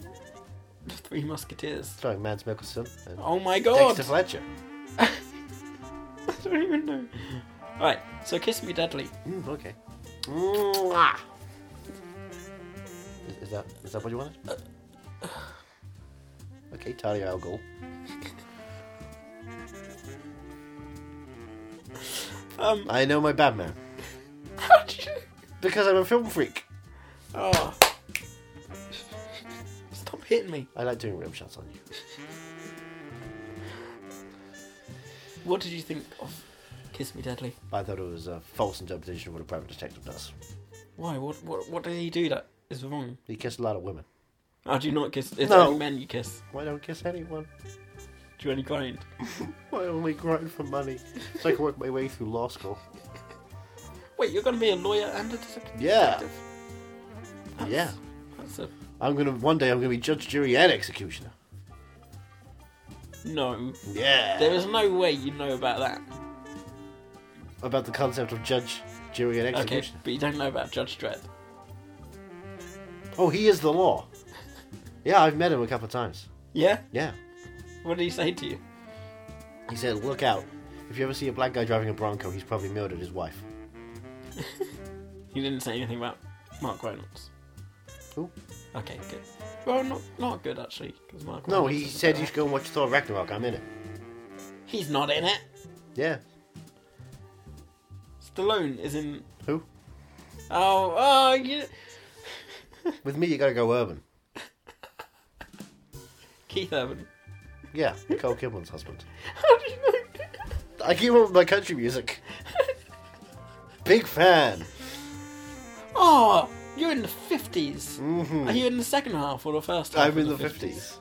S2: The Three Musketeers.
S1: starring Mads Mikkelsen and
S2: Oh my
S1: Dexter
S2: god!
S1: Fletcher.
S2: <laughs> I don't even know. Right, so Kiss Me Deadly. <laughs>
S1: Mm, okay. Mwah. Is, is that is that what you wanted? Okay, Talia Al Ghul.
S2: Um,
S1: I know my Batman
S2: how did you.
S1: because I'm a film freak.
S2: Oh. Stop hitting me.
S1: I like doing rim shots on you.
S2: What did you think of Kiss Me Deadly?
S1: I thought it was a false interpretation of what a private detective does.
S2: Why? What what, what did he do that is wrong?
S1: He kissed a lot of women.
S2: Oh, do you not kiss? It's
S1: No.
S2: only men you kiss.
S1: Why don't kiss anyone?
S2: Do you only grind?
S1: I only grind for money so I can work my way through law school.
S2: Wait, you're going to be a lawyer and a detective?
S1: Yeah. Yeah.
S2: That's a.
S1: I'm gonna one day I'm gonna be judge, jury, and executioner.
S2: No.
S1: Yeah.
S2: There is no way you know about that.
S1: About the concept of judge, jury, and
S2: Okay,
S1: executioner.
S2: but you don't know about Judge Dredd.
S1: Oh, he is the law. Yeah, I've met him a couple of times.
S2: Yeah?
S1: Yeah.
S2: What did he say to you?
S1: He said, "Look out! If you ever see a black guy driving a Bronco, he's probably murdered his wife."
S2: He didn't say anything about Mark Reynolds.
S1: Who?
S2: Okay, good. Well, not not good actually, because Mark.
S1: No,
S2: Reynolds
S1: he
S2: is a
S1: said
S2: better
S1: you should go and watch Thor Ragnarok. I'm in it.
S2: He's not in it.
S1: Yeah.
S2: Stallone is in.
S1: Who?
S2: Oh, oh, yeah.
S1: With me, you gotta go urban.
S2: Keith Urban. <laughs>
S1: Yeah, Nicole Kidman's husband.
S2: How do you know?
S1: I keep up with my country music. Big fan.
S2: Oh, you're in the 50s Are you in the second half or the first half?
S1: Mm-hmm. I'm
S2: of
S1: in the fifties.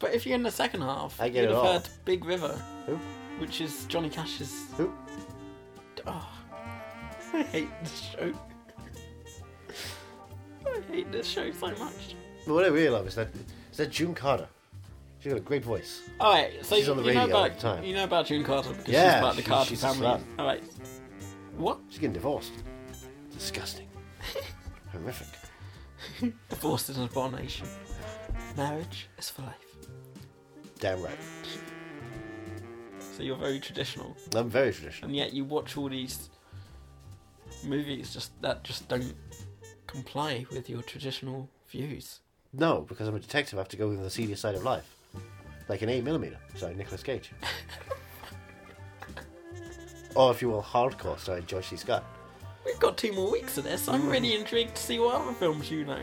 S2: But if you're in the second half,
S1: I get
S2: you'd
S1: it
S2: have
S1: all.
S2: heard Big River,
S1: Who?
S2: which is Johnny Cash's.
S1: Who?
S2: Oh, <laughs> I hate this show. I hate this show so much.
S1: But what I really love is that is that June Carter. She's got a great voice.
S2: All right, so
S1: She's on the
S2: you know
S1: radio all
S2: about
S1: the time.
S2: you know about June Carter because
S1: Yeah,
S2: she's part of the
S1: she's-
S2: Carter
S1: she's a
S2: family.
S1: slut.
S2: All right, What?
S1: She's getting divorced. Disgusting. <laughs> Horrific.
S2: Divorce is an abomination. Marriage is for life.
S1: Damn right.
S2: So you're very traditional,
S1: I'm very traditional.
S2: and yet you watch all these movies just that just don't comply with your traditional views.
S1: No, because I'm a detective, I have to go with the serious side of life. Like an 8mm, sorry, Nicolas
S2: <laughs>
S1: Cage. or if you will, hardcore, sorry, George C. Scott.
S2: We've got two more weeks of this.
S1: Hmm.
S2: I'm really intrigued to see what other films you know.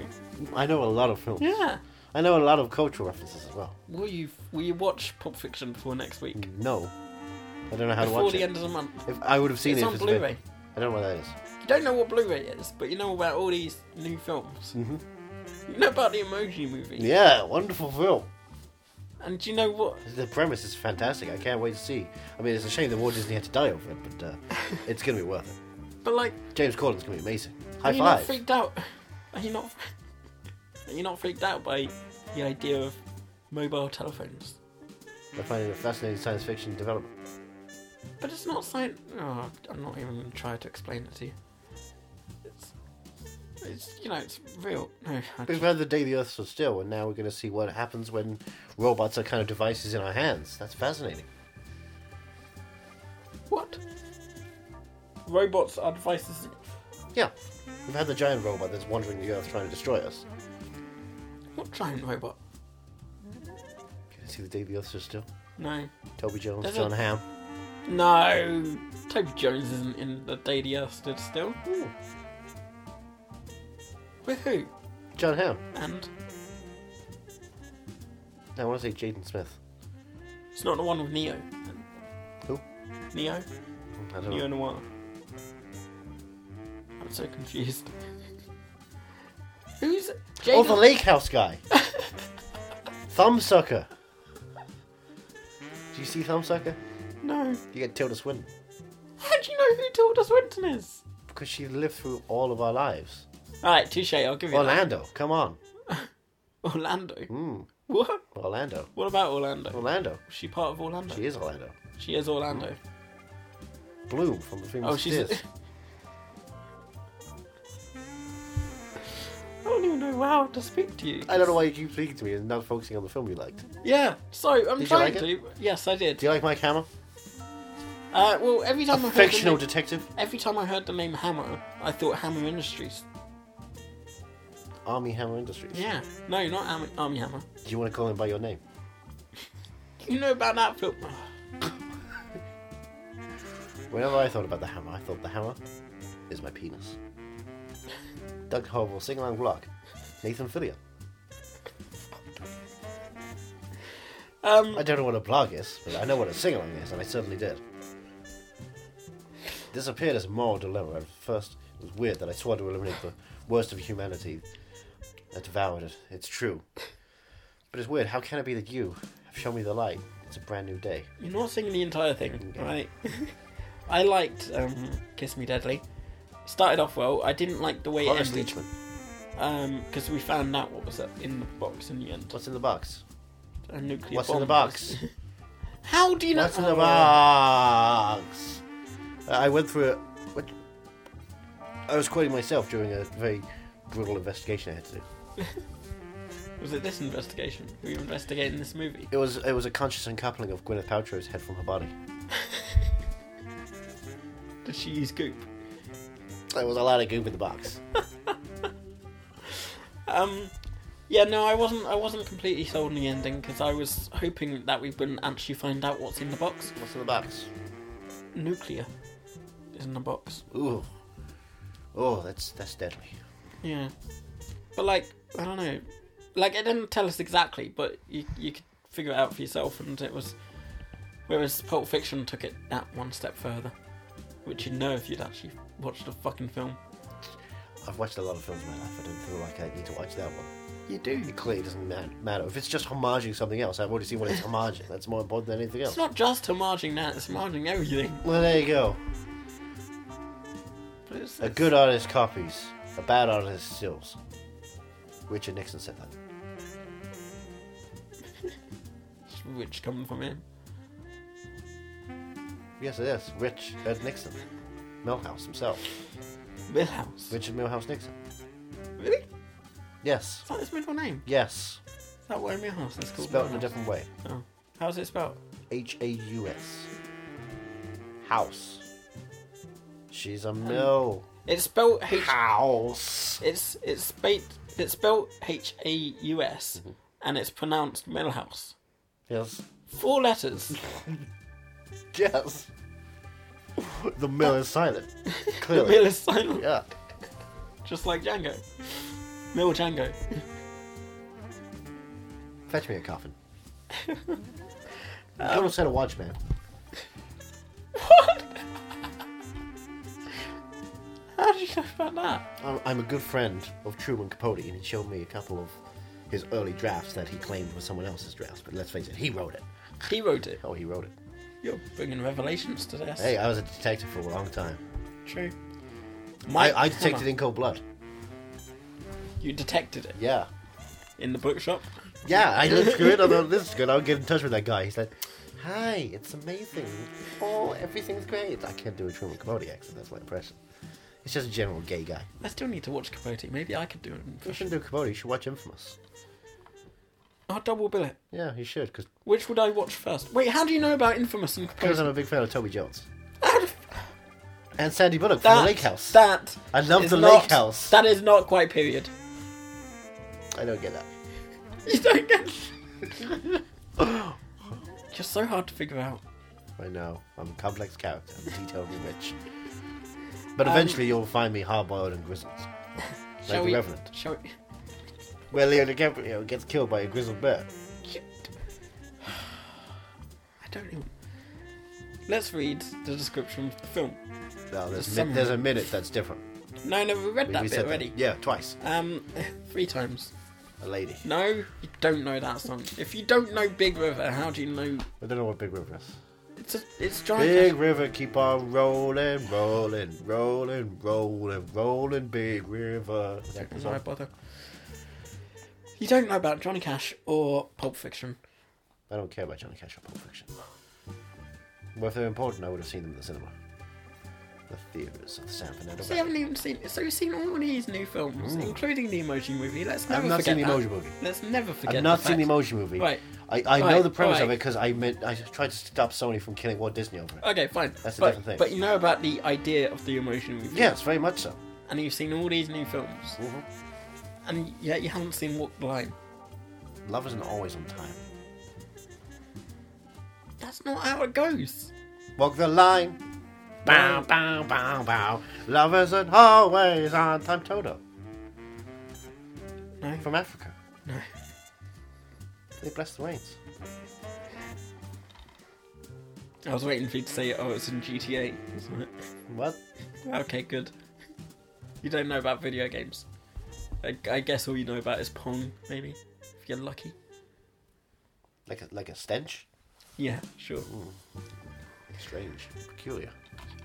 S1: I know a lot of films.
S2: Yeah.
S1: I know a lot of cultural references as well.
S2: Will you will you watch Pulp Fiction before next week?
S1: No. I don't know how to
S2: before
S1: watch
S2: the
S1: it.
S2: end of the month.
S1: If I would have seen
S2: It's
S1: it
S2: on
S1: if been-
S2: Blu-ray.
S1: I don't know what that is.
S2: You don't know what Blu-ray is, but you know about all these new films. Mm-hmm. You know about the Emoji movie.
S1: Yeah, wonderful film.
S2: And do you know what?
S1: The premise is fantastic. I can't wait to see. I mean, it's a shame that Walt Disney had to die over it, but
S2: <laughs>
S1: uh, it's going to be worth it.
S2: But like,
S1: James Corden's going to be amazing.
S2: are
S1: High
S2: you not
S1: five.
S2: freaked out? <laughs> Are you not? Are you not freaked out by the idea of mobile telephones?
S1: I find it a fascinating science fiction development.
S2: But it's not science. Oh, I'm not even going to try to explain it to you. It's, it's you know, it's real. No, I
S1: We've
S2: just-
S1: had the day the Earth stood still, and now we're going to see what happens when robots are kind of devices in our hands. That's fascinating.
S2: what? Robots are devices.
S1: Yeah. We've had the giant robot that's wandering the Earth trying to destroy us.
S2: What giant robot?
S1: Can you see the day the Earth stood still?
S2: No.
S1: Toby Jones,
S2: There's a-
S1: John Hamm.
S2: No, Toby Jones isn't in the day the Earth stood still.
S1: Ooh,
S2: With who?
S1: John Hamm.
S2: And
S1: I want to say Jaden Smith.
S2: it's not the one with Neo.
S1: Who?
S2: Neo.
S1: I don't know.
S2: Neo Noir. I'm so confused. Who's Jaden?
S1: Oh, the lake house
S2: <laughs>
S1: guy. Thumbsucker. Do you see Thumbsucker?
S2: No.
S1: You get Tilda Swinton.
S2: How do you know who Tilda Swinton is?
S1: Because she lived through all of our lives.
S2: Alright, touche, I'll give you that.
S1: Orlando, come on.
S2: Orlando.
S1: Mm,
S2: What?
S1: Orlando.
S2: What about Orlando?
S1: Orlando.
S2: Is she part of Orlando?
S1: She is Orlando.
S2: She is Orlando.
S1: Bloom from Between the
S2: Oh, she's.
S1: Steers.
S2: <laughs> I don't even know how to speak to you.
S1: I don't know why you keep speaking to me and not focusing on the film you liked.
S2: Yeah, so I'm
S1: Did you
S2: trying
S1: like it?
S2: to. Yes, I did.
S1: Do you like Mike Hammer?
S2: Uh, well, every time I heard
S1: Fictional
S2: the name,
S1: detective.
S2: every time I heard the name Hammer, I thought Hammer Industries.
S1: Army Hammer Industries.
S2: Yeah, no, not Army, Army Hammer.
S1: Do you want to call him by your name?
S2: You know about that film?
S1: Whenever I thought about the hammer, I thought the hammer is my penis. Doug Horrible, Sing Along Block, Nathan Fillion.
S2: Um,
S1: I don't know what a blog is, but I know what a sing along is, and I certainly did. This appeared as a moral dilemma. At first, it was weird that I swore to eliminate the worst of humanity. I devoured it. It's true. But it's weird. How can it be that you have shown me the light? It's a brand new day.
S2: you're not singing the entire thing,
S1: <laughs>
S2: right? I liked um, Kiss Me Deadly. Started off well. I didn't like the way it
S1: Horace
S2: ended.
S1: Leachman.
S2: Um, because we found out what was up in the box in the end.
S1: What's in the box?
S2: A nuclear
S1: What's
S2: bomb
S1: in the box?
S2: How do you know?
S1: What's in the
S2: Oh.
S1: box? Uh, I went through it. What? I was quoting myself during a very brutal investigation I had to do.
S2: Was it this investigation? We were investigating this movie.
S1: It was it was a conscious uncoupling of Gwyneth Paltrow's head from her body.
S2: Did she use goop?
S1: There was a lot of goop in the box.
S2: Um, yeah, no, I wasn't. I wasn't completely sold on the ending because I was hoping that we wouldn't actually find out what's in the box.
S1: What's in the box?
S2: Nuclear is in the box.
S1: Ooh, oh, that's that's deadly.
S2: Yeah, but like I don't know, like it didn't tell us exactly, but you you could figure it out for yourself, and it was. Whereas Pulp Fiction took it that one step further, which you'd know if you'd actually watched the fucking film.
S1: I've watched a lot of films in my life. I don't feel like I need to watch that one.
S2: You do.
S1: It clearly doesn't ma- matter if it's just homaging something else. I've already seen what it's homaging. That's more important than anything else.
S2: It's not just homaging that; it's homaging everything.
S1: Well, there you go.
S2: But it's,
S1: A good artist copies, a bad artist steals. Richard Nixon said that.
S2: it's rich coming from him.
S1: Yes, it is. Rich Ed Nixon. Milhouse himself,
S2: Milhouse.
S1: Richard Milhouse Nixon.
S2: Really? Is
S1: Yes,
S2: that his middle name?
S1: yes,
S2: Is that why Milhouse is called
S1: spelled in a
S2: Milhouse?
S1: different way.
S2: Oh. How's it spelled?
S1: H A U S. House. She's a mill.
S2: It's spelled H.
S1: House.
S2: It's it's spelled it's spelled H A U S,
S1: Mm-hmm.
S2: and it's pronounced Milhouse.
S1: Yes. <laughs>
S2: Four letters.
S1: Yes. The mill is silent.
S2: <laughs> the
S1: Clearly.
S2: mill is silent,
S1: Yeah.
S2: just like Django. Mill Django.
S1: Fetch me a coffin. Don't upset a watchman.
S2: How do you know about that?
S1: I'm, I'm a good friend of Truman Capote, and he showed me a couple of his early drafts that he claimed were someone else's drafts. But let's face it, he wrote it.
S2: He wrote it.
S1: Oh, he wrote it.
S2: You're bringing revelations to this.
S1: Hey, I was a detective for a long time.
S2: True.
S1: I,
S2: Mike
S1: I detected
S2: Hammer,
S1: in cold blood.
S2: You detected it
S1: Yeah.
S2: in the bookshop.
S1: Yeah, I looked good. I thought this is good. I'll get in touch with that guy. He's like, "Hi, it's amazing. Oh, everything's great." I can't do a Truman Capote accent. That's my impression. It's just a general gay guy.
S2: I still need to watch Capote. Maybe I could do it.
S1: You shouldn't do Capote. You should watch Infamous.
S2: I'll Oh, double bill it.
S1: Yeah, you should, because
S2: Which would I watch first? Wait, how do you know about Infamous and Capote?
S1: I'm a big fan of Toby Jones and Sandy Bullock from
S2: That-
S1: the Lake House.
S2: That
S1: I love
S2: is
S1: the
S2: not-
S1: Lake House.
S2: That is not quite period. <laughs>
S1: I don't get that.
S2: You
S1: <laughs>
S2: don't get. <laughs> You're so hard to figure out.
S1: I know. I'm a complex character. I'm a detailed and rich.
S2: Um,
S1: But eventually, you'll find me hard-boiled and grizzled, like
S2: shall
S1: the
S2: we?
S1: Revenant,
S2: Shall we?
S1: where Leo DiCaprio gets killed by a grizzled bear.
S2: I don't even. Let's read the description of the film.
S1: No, there's,
S2: Some-
S1: mi- there's a minute that's different.
S2: No, no, we read
S1: We-
S2: that
S1: we
S2: bit
S1: said that.
S2: already.
S1: Yeah, twice.
S2: Um, three times.
S1: A lady.
S2: No, you don't know that song. If you don't know Big River, how do you know?
S1: I don't know what Big River is.
S2: It's a, it's Johnny
S1: Big
S2: Cash.
S1: River, keep on rolling, rolling, rolling, rolling, rolling, Big River. Is that the
S2: Why
S1: song?
S2: bother? You don't know about Johnny Cash or Pulp Fiction.
S1: I don't care about Johnny Cash or Pulp Fiction. Well, if they're important, I would have seen them in the cinema. The theaters of San Fernando
S2: So
S1: Valley.
S2: you haven't even seen. So you've seen all these new films, including the Emoji Movie. Let's never
S1: I've not
S2: forget
S1: seen the
S2: that.
S1: Emoji Movie.
S2: Let's never forget.
S1: I've not
S2: the
S1: seen the
S2: fact-
S1: Emoji Movie.
S2: Right.
S1: I, I know
S2: Right,
S1: the premise of
S2: right. Oh.
S1: it because I meant I tried to stop Sony from killing Walt Disney over it.
S2: Okay, fine.
S1: That's a
S2: but,
S1: different thing.
S2: But you know about the idea of the Emoji Movie.
S1: yes, very much so.
S2: And you've seen all these new films,
S1: Mhm.
S2: and yet you haven't seen Walk the Line.
S1: Love isn't always on time.
S2: That's not how it goes.
S1: Walk the line. Bow, bow, bow, bow. Love isn't always on time. Toto
S2: No.
S1: from
S2: <laughs>
S1: Africa.
S2: No.
S1: They bless the rains.
S2: I was waiting for you to say, oh, it's in GTA. isn't it?
S1: What?
S2: <laughs> Okay, good. You don't know about video games. I, I guess all you know about is Pong, maybe. If you're lucky.
S1: Like a, like a stench?
S2: Yeah, sure.
S1: Mm. Strange. Peculiar.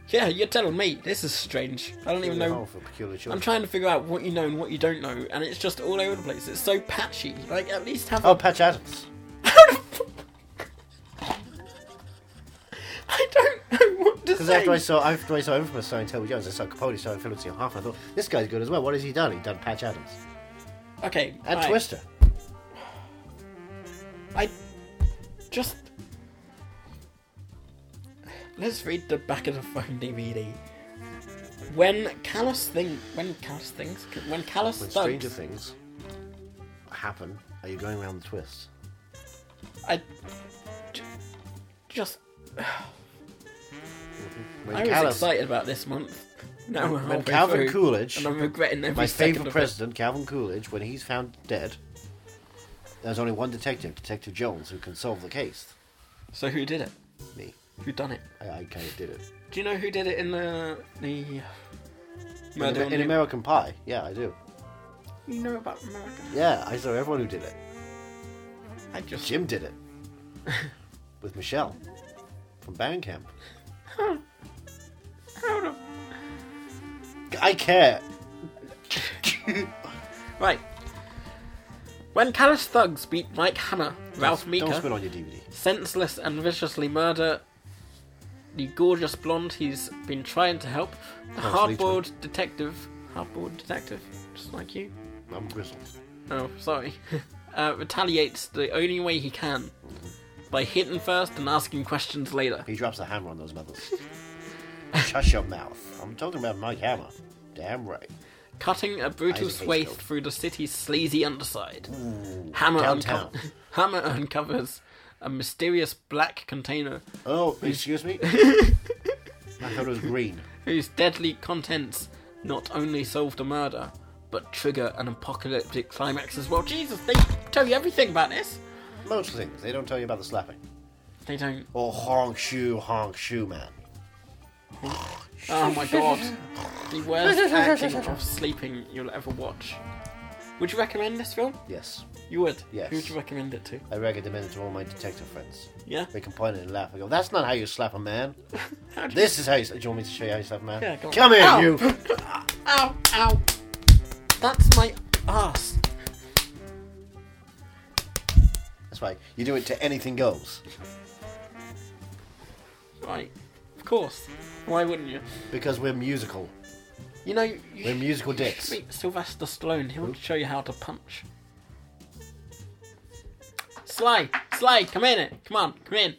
S2: Yeah, you're telling me. This is strange. I don't even
S1: Peculiar
S2: know.
S1: home For peculiar children.
S2: I'm trying to figure out what you know and what you don't know, and it's just all over the place. It's so patchy. Like, at least have.
S1: Oh, Patch Adams.
S2: <laughs> I don't know what to
S1: Because
S2: say.
S1: after I saw after I saw Infamous starring Toby Jones, I saw Capote starring Philip Seymour Hoffman. I thought this guy's good as well. What has he done? He done Patch Adams
S2: Okay.
S1: and
S2: right.
S1: Twister.
S2: I just let's read the back of the phone DVD. When Callus thing, when Callus things, when Callus
S1: When Stranger
S2: thugs,
S1: Things happen, are you going around the twist?
S2: I j- just
S1: When
S2: I was
S1: Callis-
S2: excited about this month. No,
S1: When Calvin Coolidge,
S2: and I'm regretting every
S1: my
S2: second
S1: favorite
S2: of
S1: president, Calvin Coolidge, when he's found dead, there's only one detective, Detective Jones, who can solve the case.
S2: It. So who did it?
S1: Me,
S2: Who done it?
S1: I, I kind of did it.
S2: Do you know who did it in the the
S1: In,
S2: murder
S1: Amer-
S2: on
S1: in
S2: the-
S1: American Pie, yeah, I do.
S2: You know about America?
S1: Yeah, I saw everyone who did it.
S2: I just
S1: Jim did
S2: <laughs>
S1: it with Michelle from Bandcamp.
S2: I don't know.
S1: I
S2: <laughs>
S1: care.
S2: Right. When callous thugs beat Mike Hammer, Ralph
S1: Don't spit
S2: Meeker,
S1: on your DVD.
S2: senseless and viciously murder the gorgeous blonde he's been trying to help, the
S1: Leechman.
S2: hard-boiled detective, hard-boiled detective, just like you.
S1: I'm grizzled.
S2: Oh, sorry. <laughs> uh, retaliates the only way he can by hitting first and asking questions later.
S1: He drops a hammer on those mothers. <laughs> Shut your mouth. I'm talking about Mike Hammer. Damn right.
S2: cutting a brutal
S1: Isaac Hayes
S2: swathe
S1: killed.
S2: through the city's sleazy underside. Hammer,
S1: downtown.
S2: unco- <laughs> Hammer uncovers a mysterious black container
S1: Oh, excuse
S2: <laughs>
S1: me? I thought it was green.
S2: whose deadly contents not only solve the murder, but trigger an apocalyptic climax as well. Jesus, they tell you everything about this.
S1: Most things. They don't tell you about the slapping. Oh,
S2: They don't.
S1: Or honk shoe, honk shoe man.
S2: Oh my god. the worst acting of sleeping you'll ever watch. Would you recommend this film?
S1: Yes.
S2: You would?
S1: Yes.
S2: Who would you recommend it to?
S1: I recommend it to all my detective friends.
S2: Yeah?
S1: They complain and laugh. I go, that's not how you slap a man.
S2: <laughs> How do you-
S1: This is how you slap. Do you want me to show you how you slap a man?
S2: Yeah, go on.
S1: Come here,
S2: Ow!
S1: you.
S2: Ow, ow. That's my ass.
S1: That's right. You do it to anything goes.
S2: Right. Of course. Why wouldn't you?
S1: Because we're musical.
S2: You know, you you
S1: We're
S2: should-
S1: musical
S2: you should
S1: dicks.
S2: meet Sylvester Stallone. He will show you how to punch. Sly, Sly, come in it. Come on, come in.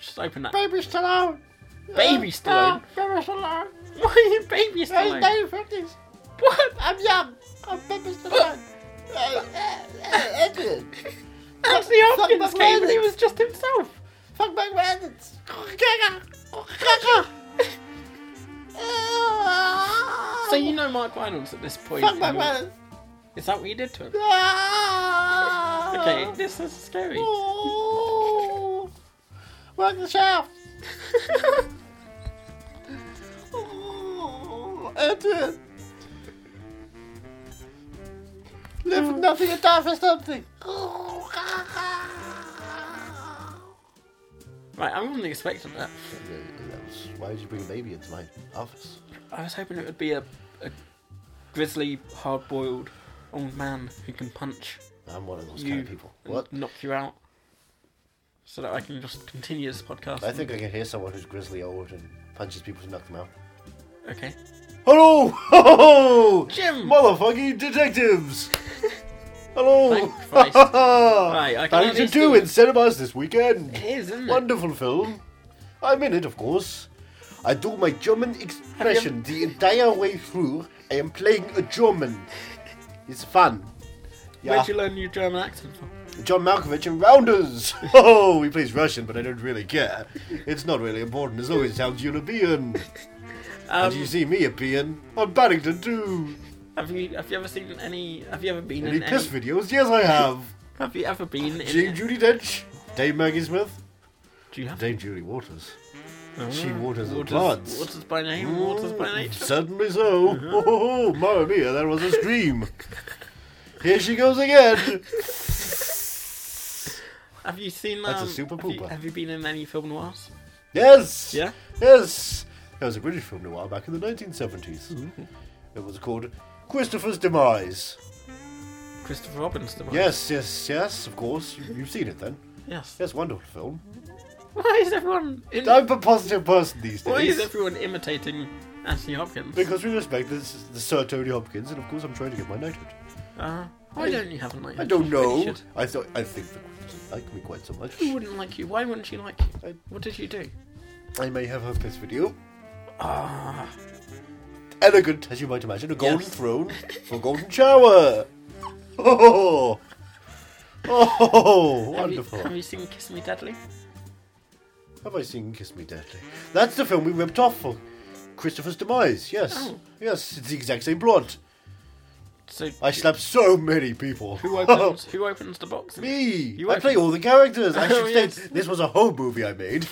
S2: Just open that.
S1: Baby Stallone. Ah,
S2: Baby Stallone.
S1: Baby Stallone.
S2: <laughs> Why are you baby Stallone?
S1: 1950s.
S2: What?
S1: I'm young. I'm Baby Stallone.
S2: Anthony Hopkins
S1: Fuck
S2: came and he
S1: Bandits.
S2: was just himself.
S1: Fuck back bandits.
S2: So you know Mark Reynolds at this point.
S1: Ah. Fuck Ah. back
S2: and-
S1: bandits.
S2: Is that what you did to him? Okay, this is scary.
S1: Ah. Oh. Work the shaft. Oh, Edwin. Live for nothing and die for something.
S2: Right, I wasn't expecting that.
S1: Why did you bring a baby into my office?
S2: I was hoping it would be a, a grizzly, hard boiled old man who can punch
S1: I'm one of those
S2: you
S1: kind of people.
S2: and
S1: What?
S2: knock you out. So that I can just continue this podcast.
S1: I think I can hear someone who's grizzly old and punches people to knock them out.
S2: Okay.
S1: Hello! Ho
S2: Jim!
S1: Motherfucking detectives! Hello! <laughs>
S2: Thank Christ. Right, I can
S1: How
S2: at
S1: did you
S2: least
S1: do
S2: do
S1: in
S2: it.
S1: cinemas this weekend?
S2: It is, isn't it?
S1: Wonderful film. I'm in it, of course. I do my German expression the entire way through. I am playing a German. It's fun. Yeah.
S2: Where'd you learn your German accent from?
S1: John Malkovich and Rounders. <laughs> Oh, he plays Russian, but I don't really care. It's not really important as long as it sounds European.
S2: Um,
S1: and you see me appearing on Paddington too.
S2: Have you have you ever seen any? Have you ever been
S1: Any
S2: in any?
S1: piss videos? Yes, I
S2: <laughs>
S1: have.
S2: Have you ever been in?
S1: Dame Judy Dench, Dame Maggie Smith,
S2: Do you have?
S1: Dame Judy Waters. She
S2: Ah,
S1: waters the
S2: Waters,
S1: plants.
S2: waters by name,
S1: Mm.
S2: waters by Uh-huh. nature.
S1: Certainly so. Oh, oh, oh, mamma mia, that was a scream. Here she goes again.
S2: Have you seen? Um,
S1: That's a super
S2: have you-
S1: pooper.
S2: have you been in any film noirs?
S1: Yes.
S2: Yeah?
S1: Yes. There was a British film noir back in the 1970s. It was called Christopher's Demise.
S2: Christopher Robin's the one.
S1: Yes, yes, yes, of course. You, you've seen it then.
S2: Yes.
S1: Yes, wonderful film.
S2: Why is everyone? In-
S1: I'm a positive person these
S2: Why is
S1: days.
S2: everyone imitating Anthony Hopkins?
S1: Because we respect this, the Sir Tony Hopkins, and of course I'm trying to get my knighthood.
S2: Uh, why don't you have a night?
S1: I don't
S2: You
S1: know.
S2: should.
S1: I thought I think the Queen doesn't like me quite so much.
S2: Who wouldn't like you? Why wouldn't she like you?
S1: I-
S2: What did you do?
S1: I may have her piss video. Ah. Elegant, as you might imagine, a golden
S2: Yes.
S1: throne or golden shower. <laughs> Oh, oh
S2: Have you,
S1: wonderful.
S2: have you seen Kiss Me Deadly?
S1: Have I seen Kiss Me Deadly? That's the film we ripped off for Christopher's demise. Yes,
S2: Oh.
S1: yes, it's the exact same plot.
S2: So
S1: I slapped so many
S6: <laughs>
S1: people.
S2: who
S6: Oh.
S1: <laughs>
S2: opens who opens the box?
S1: Me!
S2: You
S1: I
S2: open-
S1: play all the characters.
S2: <laughs>
S1: I should
S2: Oh,
S1: state
S2: yes.
S1: this was a home movie I
S2: <laughs>
S1: made.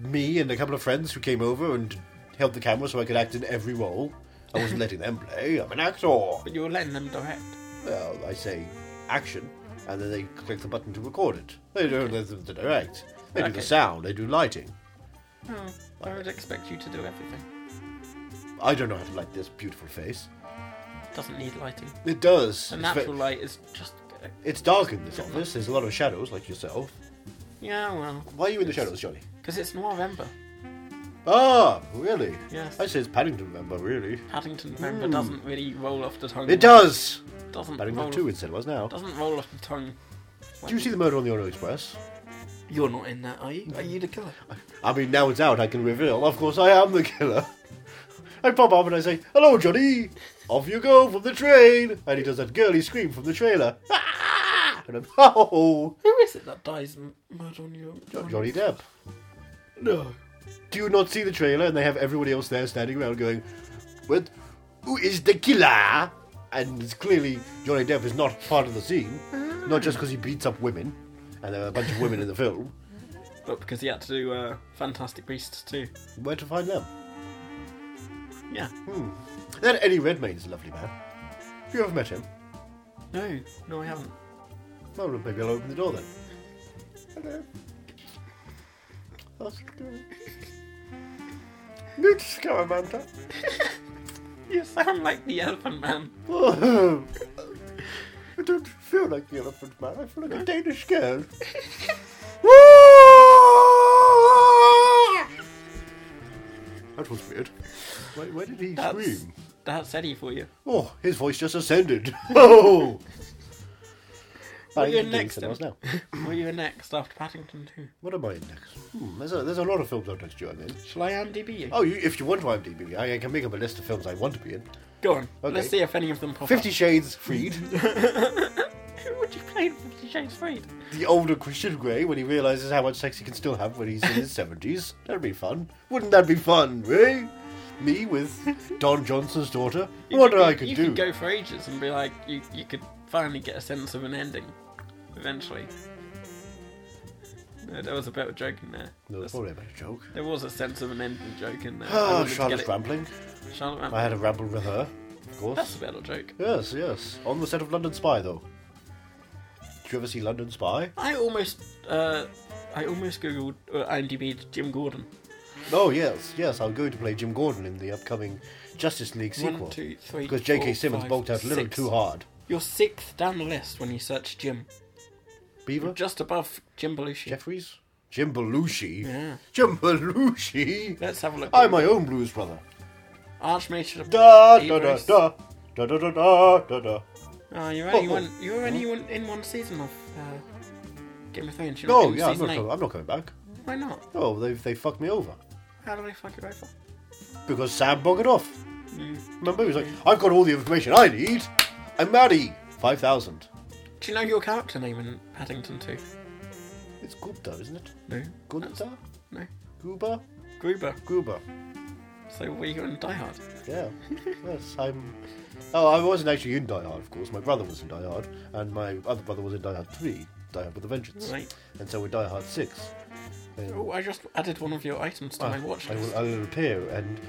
S1: Me and a couple of friends who came over and held the camera so I could act in every role. I wasn't letting them play. I'm an actor. Well,
S2: But you're letting them direct.
S1: I say action, and then they click the button to record it. They don't let them to direct. They do
S2: Okay.
S1: the sound. They do lighting.
S2: Oh, I would expect you to do everything.
S1: I don't know how to light this beautiful face.
S2: Doesn't need lighting.
S1: It does.
S2: The
S1: It's ve-
S2: natural light is just.
S1: It's dark in this office. There's a lot of shadows, like yourself.
S2: Yeah, well,
S1: Why are you in the shadows, Johnny?
S2: because it's November.
S1: Ah, really?
S2: Yes.
S1: I say it's Paddington member, really.
S2: Paddington November
S6: Hmm.
S2: doesn't really roll off the tongue.
S1: It does!
S2: Doesn't roll,
S1: Paddington 2 instead of us now.
S2: doesn't roll off the tongue.
S1: Do you see the murder on the Orient Express?
S6: You're not in that, are you? Are you the killer?
S1: I mean, now it's out, I can reveal. Of course, I am the killer. <laughs> I pop up and I say, Hello, Johnny! Off you go from the train! And he does that girly scream from the trailer. <laughs> Ah! And I'm, <laughs> Oh!
S2: <laughs> Who is it that dies m- murder on your
S1: Johnny Depp.
S6: No.
S1: Do you not see the trailer? And they have everybody else there standing around going, What? Who is the killer? And it's clearly Johnny Depp is not part of the scene. Not just because he beats up women, and there are a bunch of women in the film.
S2: But because he had to do uh, Fantastic Beasts too.
S1: Where to find them?
S2: Yeah.
S6: Hmm.
S1: Then Eddie Redmayne is a lovely man. Have you ever met him?
S2: No, no, I haven't.
S1: Well, maybe I'll open the door then. Hello. How's it going? Good Scaramanter.
S2: You sound like the Elephant Man.
S1: Oh, I don't feel like the elephant man. I feel like a Danish girl. that was weird. Why, why did he
S2: That's
S1: scream?
S2: that's Eddie for you.
S1: Oh, his voice just
S2: <laughs>
S1: ascended. <laughs> Oh!
S2: Well,
S1: I
S2: you're
S1: didn't
S2: next
S1: think it was
S2: then.
S1: now.
S2: What are you in next after Paddington Two?
S1: What am I in next? Hmm, there's, a, there's a lot of films I'm next to. I'm in.
S2: Shall I IMDb you?
S1: Oh, you, if you want to IMDb, I, I can make up a list of films I want to be in.
S2: Go on.
S1: Okay.
S2: Let's see if any of them pop
S1: Fifty Shades
S2: <laughs>
S1: Freed,
S2: up. Who would you play in Fifty Shades Freed?
S1: the older Christian Grey when he realizes how much sex he can still have when he's in his
S2: <laughs>
S1: seventies. That'd be fun. Wouldn't that be fun, eh? Me with Don Johnson's daughter. I wonder I could
S2: <laughs> you
S1: do.
S2: could go for ages and be like, you, you could finally get a sense of an ending, eventually. No, there was a better joke in there.
S1: No,
S2: That's-
S1: that's probably a better joke.
S2: There was a sense of an ending joke in there. I
S1: Oh,
S2: wanted to
S1: Charlotte's
S2: get it-
S1: rambling.
S2: Charlotte Rampling.
S1: I had a ramble with her, of course.
S2: That's a better joke.
S1: Yes, yes. On the set of London Spy, though. Did you ever see London Spy?
S2: I almost, uh, I almost googled uh, IMDb Jim Gordon.
S1: Oh yes, yes. I'm going to play Jim Gordon in the upcoming Justice League sequel.
S2: One, two, three,
S1: because J.K.
S2: four,
S1: Simmons
S2: five,
S1: bulked out a little
S2: six.
S1: too hard.
S2: You're sixth down the list when you search Jim.
S1: Beaver,
S2: Just above Jim Belushi.
S1: Jeffries, Jim Belushi,
S2: Yeah.
S1: Jim Belushi.
S2: Let's have a look.
S1: I'm my own blues brother.
S2: Archmage of
S1: Da da da
S2: Ebers.
S1: da da da da da da da.
S2: Oh, you're only
S1: Oh, oh.
S2: one. You're only one in one season of uh, Game of Thrones. You're not
S1: No,
S2: in
S1: Oh, yeah, I'm
S2: season
S1: not.
S2: eight.
S1: Coming, I'm not coming back.
S2: Why not?
S1: No, they they fucked me over
S2: How do they fuck you over?
S1: because Sam buggered off. Remember, he was like, I've got all the information I need. I'm Maddie. Five thousand.
S2: Do you know your character name in Paddington Two?
S1: It's Gupta, isn't it?
S2: No.
S1: Gupta,
S2: No.
S1: Goober,
S2: Gruber.
S1: Goober.
S2: So were you in Die Hard?
S1: Yeah. yes, I'm. Oh, I wasn't actually in Die Hard, of course. My brother was in Die Hard, and my other brother was in Die Hard 3, Die Hard with a Vengeance.
S2: Right.
S1: And so in Die Hard 6, um,
S2: Oh, I just added one of your items to my watch
S1: Ah, I
S2: list.
S1: will, I will appear, and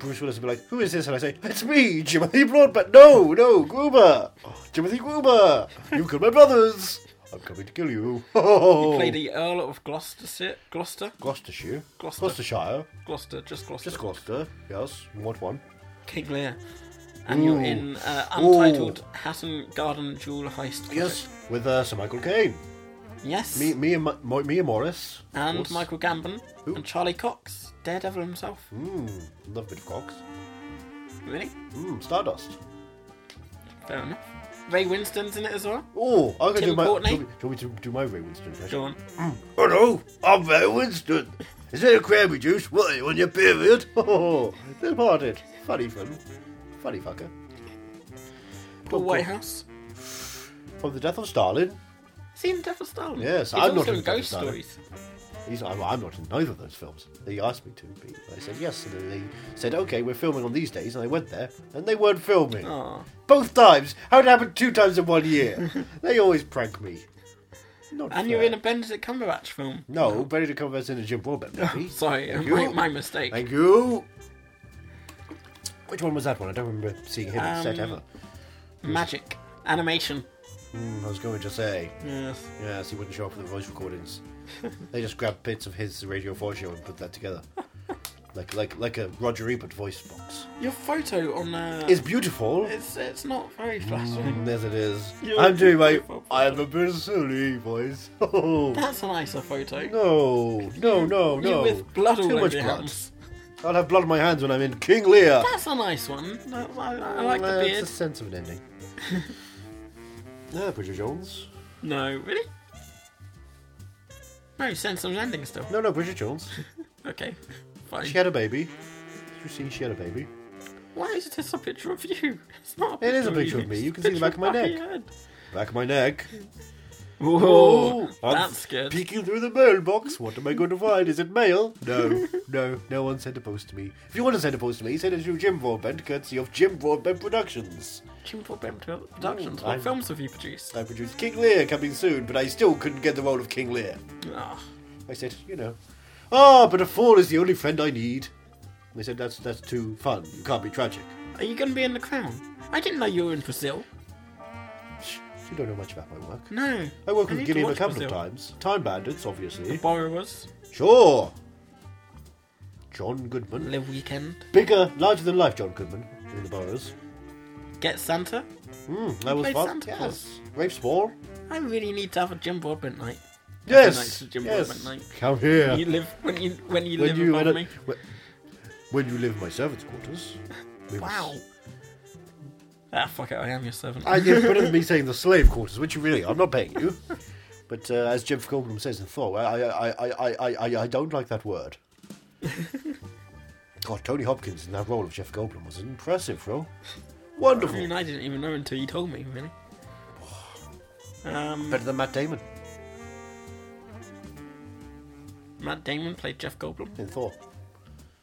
S1: Bruce Willis will be like, Who is this? And I say, It's me, Jimothy Broadbent. No, no, Gruber. Oh, Jimothy Gruber. You killed my brothers. I'm coming to kill you. <laughs> Oh.
S2: You play the Earl of Gloucestershire, Gloucester,
S1: Gloucestershire.
S2: Gloucester.
S1: Gloucestershire.
S2: Gloucester, just Gloucester,
S1: Just Gloucester. Yes. What one?
S2: King Lear, and you're
S1: Ooh.
S2: in uh, Untitled Hatton Garden Jewel Heist. Project.
S1: Yes. With uh, Sir Michael Caine.
S2: yes,
S1: Me, me, and Mo- Mia Morris. of
S2: and
S1: course.
S2: Michael Gambon
S1: Who?
S2: and Charlie Cox, Daredevil himself.
S1: Mmm, love a bit of Cox.
S2: Really?
S1: Mmm, Stardust.
S2: Fair enough. Ray Winston's in it as well.
S1: Oh, I'm gonna
S2: Tim
S1: do my.
S2: Courtney?
S1: Do we, do we do, do my Ray Winston impression?
S2: Go on.
S1: Hello, I'm Ray Winston. Is that a crabby juice? What are you on your period? <laughs> Oh, departed. Funny fun. Funny fucker.
S2: Paul Whitehouse.
S1: From the death of Stalin.
S2: Is he in Death of Stalin?
S1: Yes,
S2: He's
S1: I'm
S2: also
S1: not in
S2: in
S1: Death of
S2: Ghost
S1: Stalin.
S2: Stories.
S1: He's, I'm, I'm not in neither of those films. They asked me to be. I said yes, and then they said, okay, we're filming on these days, and I went there, and they weren't filming.
S2: Aw.
S1: Both times! How'd it happen two times in one
S2: <laughs>
S1: year? they always prank me. Not
S2: And
S1: fair.
S2: you're in a Benedict Cumberbatch film.
S1: No, Benedict Cumberbatch in a Jim Broadbent movie.
S2: <laughs> Sorry,
S1: Thank
S2: my,
S1: you.
S2: my mistake.
S1: Thank you. Which one was that one? I don't remember seeing him on set
S2: Um,
S1: ever.
S2: Magic. Animation.
S1: Mm, I was going to say,
S2: Yes.
S1: yes, he
S2: <laughs> <laughs>
S1: wouldn't show up for the voice recordings. they just grabbed bits of his Radio 4 show and put that together. like like like a Roger Ebert voice box.
S2: Your photo on uh,
S1: It's beautiful.
S2: it's it's not very flattering.
S1: Mm, yes, it is.
S2: Yeah,
S1: I'm doing my
S2: beautiful.
S1: I'm a bit silly voice. <laughs> Oh
S2: That's a nicer photo.
S1: no, no, no,
S2: You
S1: no!
S2: with blood all
S1: Too
S2: over
S1: much
S2: your
S1: blood.
S2: hands.
S1: I'll have blood on my hands when I'm in King Lear.
S2: That's a nice one. That- I, I like
S1: Uh,
S2: the beard.
S1: It's a sense of an <laughs> ending. yeah, Ah, Bridget Jones.
S2: No, really? No, sense of ending still.
S1: No, no, Bridget Jones.
S2: Okay, fine.
S1: She had a baby. You see, she had a baby.
S2: Why is this a picture of you? It's not. A
S1: It
S2: picture
S1: is a picture of me. You
S2: It's
S1: can
S2: a
S1: see the
S2: picture
S1: back of my neck.
S2: head.
S1: Back of my neck.
S2: Whoa,
S1: I'm
S2: Oh, that's good.
S1: Peeking through the mailbox. What am I going to find? Is it mail? No, no, no one sent a post to me. If you want to send a post to me, send it to Jim Broadbent, courtesy of Jim Broadbent Productions.
S2: Jim Broadbent uh, Productions.
S1: Mm,
S2: what
S1: I'm-
S2: films have you produced?
S1: I produced King Lear coming soon, but I still couldn't get the role of King Lear.
S2: Ah,
S1: I said, you know, ah, but a fool is the only friend I need. They said that's that's too fun. You can't be tragic.
S2: are you going to be in the crown? I didn't know you were in Brazil.
S1: Shh, You don't know much about my work.
S2: No,
S1: I worked with
S2: need to
S1: Gilliam a
S2: watch
S1: couple of
S2: Brazil.
S1: times. Time Bandits, obviously.
S2: Borrowers,
S1: Sure. John Goodman.
S2: Live Weekend,
S1: Bigger, larger than life John Goodman in the Burrows.
S2: Get Santa.
S1: Mm, that was
S2: Hmm, played
S1: fun.
S2: Santa
S1: yes.
S2: Claus.
S1: Rafe Spall.
S2: I really need to have a Jim Broadbent night.
S1: Yes.
S2: nice Jim
S1: yes.
S2: Broadbent night.
S1: Come here.
S2: You live when you when you live
S1: you
S2: above
S1: when, I-
S2: me.
S1: when- when you live in my servants' quarters. we must-
S2: Wow. Ah, fuck it. I am your servant.
S1: I, it's better than me saying the slave quarters, which you really are. I'm not paying you. But uh, as Jim Goldblum says in Thor, I, I, I, I, I, I, I don't like that word. God, Tony Hopkins in that role of Jeff Goldblum was an impressive role.
S2: I
S1: Wonderful.
S2: mean, I didn't even know until you told me, really. Um,
S1: Better than Matt Damon
S2: Matt Damon played
S1: <laughs>
S2: Jeff Goldblum.
S1: in Thor.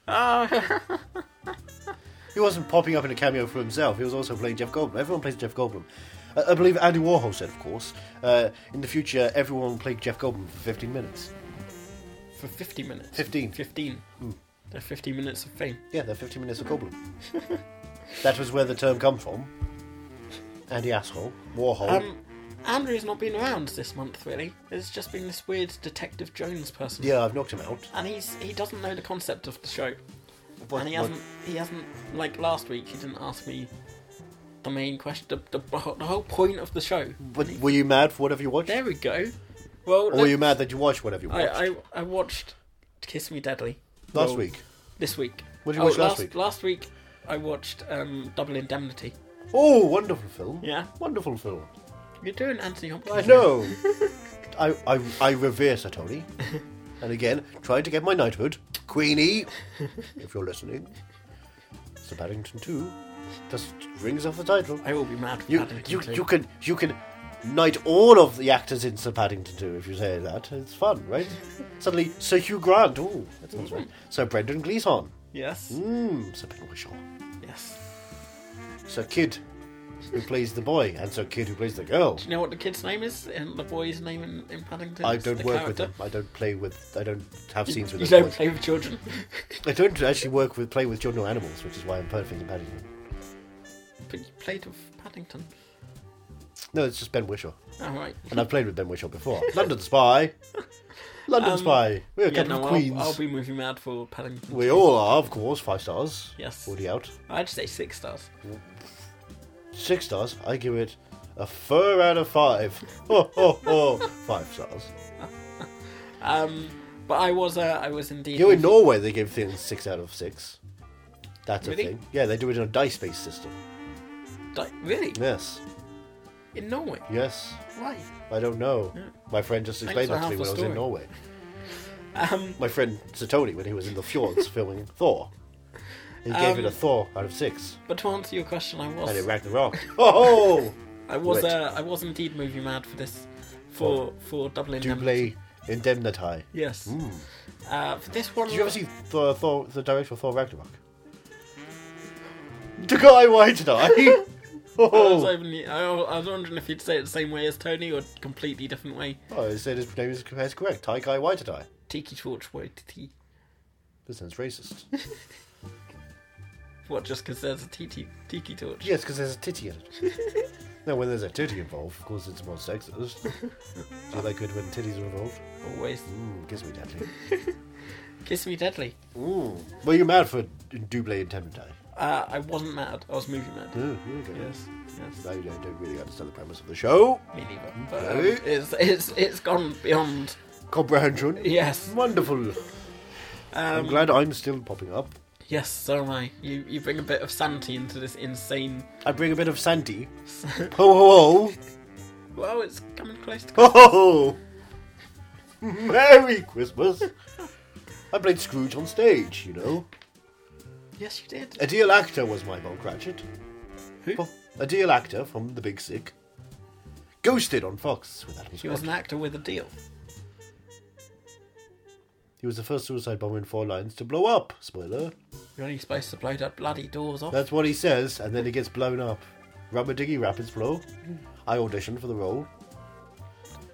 S1: Ah.
S2: Oh,
S1: He wasn't popping up in a cameo for himself. He was also playing Jeff Goldblum. Everyone plays Jeff Goldblum. I, I believe Andy Warhol said, of course, uh, in the future everyone will play Jeff Goldblum for 15 minutes.
S2: for 50 minutes.
S1: 15.
S2: 15. They're 50 minutes of fame.
S1: Yeah, they're 15 minutes of Goldblum. <laughs> that was where the term come from. Andy asshole, Warhol.
S2: Um, Andrew's not been around this month, really. There's just been this weird Detective Jones person.
S1: yeah, I've knocked him out.
S2: And he's he doesn't know the concept of the show.
S1: What-
S2: and he
S1: what-
S2: hasn't he hasn't like last week he didn't ask me the main question the, the, the whole point of the show.
S1: what- were you mad for whatever you watched,
S2: There we go. Well,
S1: or were
S2: let's-
S1: you mad that you watched whatever you watched
S2: I, I I watched Kiss Me Deadly
S1: last
S2: Well,
S1: week?
S2: This week. Oh,
S1: What did you watch last week?
S2: Last week I watched um, Double Indemnity.
S1: Oh, wonderful film!
S2: Yeah.
S1: wonderful film.
S2: You're doing Anthony Hopkins.
S1: I know. <laughs> I, I I revere Sir
S2: <laughs>
S1: Tony, and again trying to get my knighthood, Queenie. If you're listening, Sir Paddington Two just rings off the title.
S2: I will be mad. For
S1: You,
S2: Paddington
S1: you,
S2: too.
S1: you can you can knight all of the actors in Sir Paddington 2 if you say that. It's fun, right?
S2: <laughs>
S1: Suddenly, Sir Hugh Grant. Ooh, that sounds right. Sir Brendan Gleeson.
S2: Yes.
S1: Mmm, Sir Ben Whishaw.
S2: Yes.
S1: Sir Kid, who plays the boy, and Sir Kid, who plays the girl.
S2: Do you know what the kid's name is and the boy's name in, in Paddington?
S1: I
S2: It's
S1: don't
S2: the
S1: work with
S2: character.
S1: them. I don't play with. I don't have scenes with
S2: You
S1: those
S2: don't
S1: boys.
S2: play with children. <laughs>
S1: I don't actually work with play with children or animals, which is why I'm perfect in Paddington.
S2: but you played with Paddington.
S1: No, it's just Ben Whishaw,
S2: All right.
S1: and I've played with Ben Whishaw
S2: <laughs>
S1: before. London Spy, London Spy. We're a
S2: Um, Yeah,
S1: couple
S2: no,
S1: of queens.
S2: I'll, I'll be movie mad for Paddington.
S1: We all are, of course, five stars.
S2: Yes.
S1: Already out.
S2: I'd say six stars.
S1: Six stars, I give it a four out of five. <laughs> Oh, oh, oh. Five stars.
S2: Um, but I was uh, I was indeed.
S1: You know, in Norway, they give things six out of six. That's a
S2: Really?
S1: thing. Yeah, they do it in a dice based system.
S2: Di- really
S1: Yes,
S2: in Norway.
S1: yes.
S2: Why?
S1: I don't know.
S2: Yeah.
S1: My friend just explained
S2: Hmm. for
S1: that to
S2: half
S1: me
S2: the
S1: when I was in
S2: story.
S1: Norway.
S2: Um,
S1: My friend Satoni, when he was in the
S2: <laughs>
S1: fjords filming Thor, he gave it
S2: Um,
S1: a Thor out of six.
S2: but to answer your question, I was
S1: And it
S2: <laughs>
S1: Ragnarok. Oh!
S2: I was
S1: Wait. Oh.
S2: uh, I was indeed movie mad for this for for Double Indemnity.
S1: Duble Indemnity.
S2: Yes. Uh, for this one,
S1: Did you ever see Thor, Thor, the director of Thor <laughs> Ragnarok? The guy white <laughs> die.
S2: I was,
S1: oh,
S2: hoping you- I I was wondering if you'd say it the same way as Tony or completely different way.
S1: oh, it said his name is, is correct. Ty Guy White die.
S2: Tiki Torchwood. T-
S1: This sounds <laughs> racist.
S2: what? Just because there's a tiki tiki torch?
S1: yes, because there's a titty in it. now, when there's a titty involved, of course, it's more <laughs> sexist. so they could when titties are involved. Hmm,
S2: Always.
S1: Mm, gives me deadly.
S2: Kiss Me Deadly.
S1: Ooh. Were you mad for Double Intended Die?
S2: Uh, I wasn't mad. I was movie mad.
S1: Oh, there you go.
S2: Yes. Yes.
S1: I don't, don't really understand the premise of the show.
S2: Me neither. But, um,
S1: Okay.
S2: it's, it's, it's gone beyond.
S1: Comprehension. <laughs>
S2: Yes.
S1: Wonderful. I'm glad I'm still popping up.
S2: Yes, so am I. You, you bring a bit of sanity into this insane.
S1: I bring a bit of Sandy. <laughs> Ho ho ho.
S2: Well, it's coming close to.
S1: Ho ho ho. Merry Christmas. I played Scrooge on stage, you know.
S2: Yes, you did.
S1: A deal actor was my Bob Cratchit. Who? A deal actor from The Big Sick. Ghosted on Fox with Adam
S2: He
S1: Scott.
S2: was an actor with a deal.
S1: He was the first suicide bomber in four lines to blow up. Spoiler.
S2: You're only supposed to blow that bloody doors off.
S1: That's what he says, and then he gets blown up. Rubber Diggy Rapids blow. I auditioned for the role.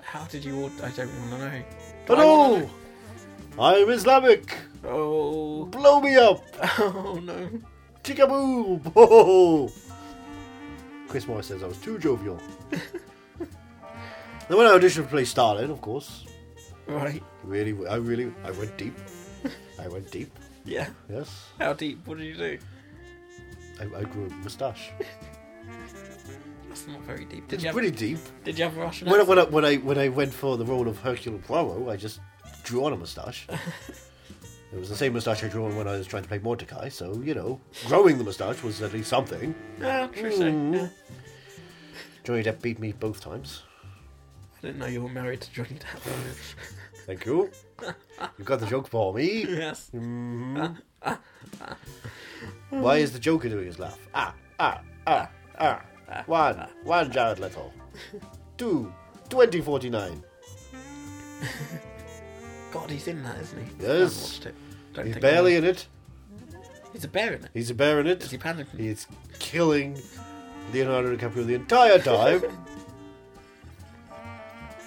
S2: How did you? aud- I don't want to know.
S1: Hello! I'm Islamic!
S2: Oh, <laughs>
S1: Blow me up!
S2: oh no.
S1: Chickaboo! Ho ho ho! Chris Morris says I was too jovial. then when I auditioned to play Stalin, of course,
S2: Right.
S1: really, I really, I went deep. I went deep,
S2: Yeah.
S1: yes.
S2: How deep? What did you do?
S1: I, I grew a moustache.
S2: That's not very deep. Did
S1: It's
S2: you have?
S1: pretty deep.
S2: Did you have a Russian?
S1: When I,
S2: accent?
S1: when, I, when, I, when I went for the role of Hercule Poirot, I just drew on a moustache. it was the same moustache I drew on when I was trying to play Mordecai, so, you know, growing the moustache was at least something.
S2: Ah, true so.
S1: mm.
S2: Yeah.
S1: Johnny Depp beat me both times.
S2: I didn't know you were married to Johnny Depp. <laughs>
S1: Thank you. You got the joke for me.
S2: yes.
S1: Why is the Joker doing his laugh? Ah, ah, ah, ah. One, one Jared Leto. Two, 2049.
S2: God, he's in that, isn't he? I haven't
S1: Yes.
S2: watched it. Don't
S1: He's
S2: think
S1: barely
S2: I
S1: in it.
S2: will. He's a bear in it.
S1: He's a bear in it.
S2: Is he panicking?
S1: He's killing Leonardo DiCaprio the entire
S2: <laughs>
S1: time.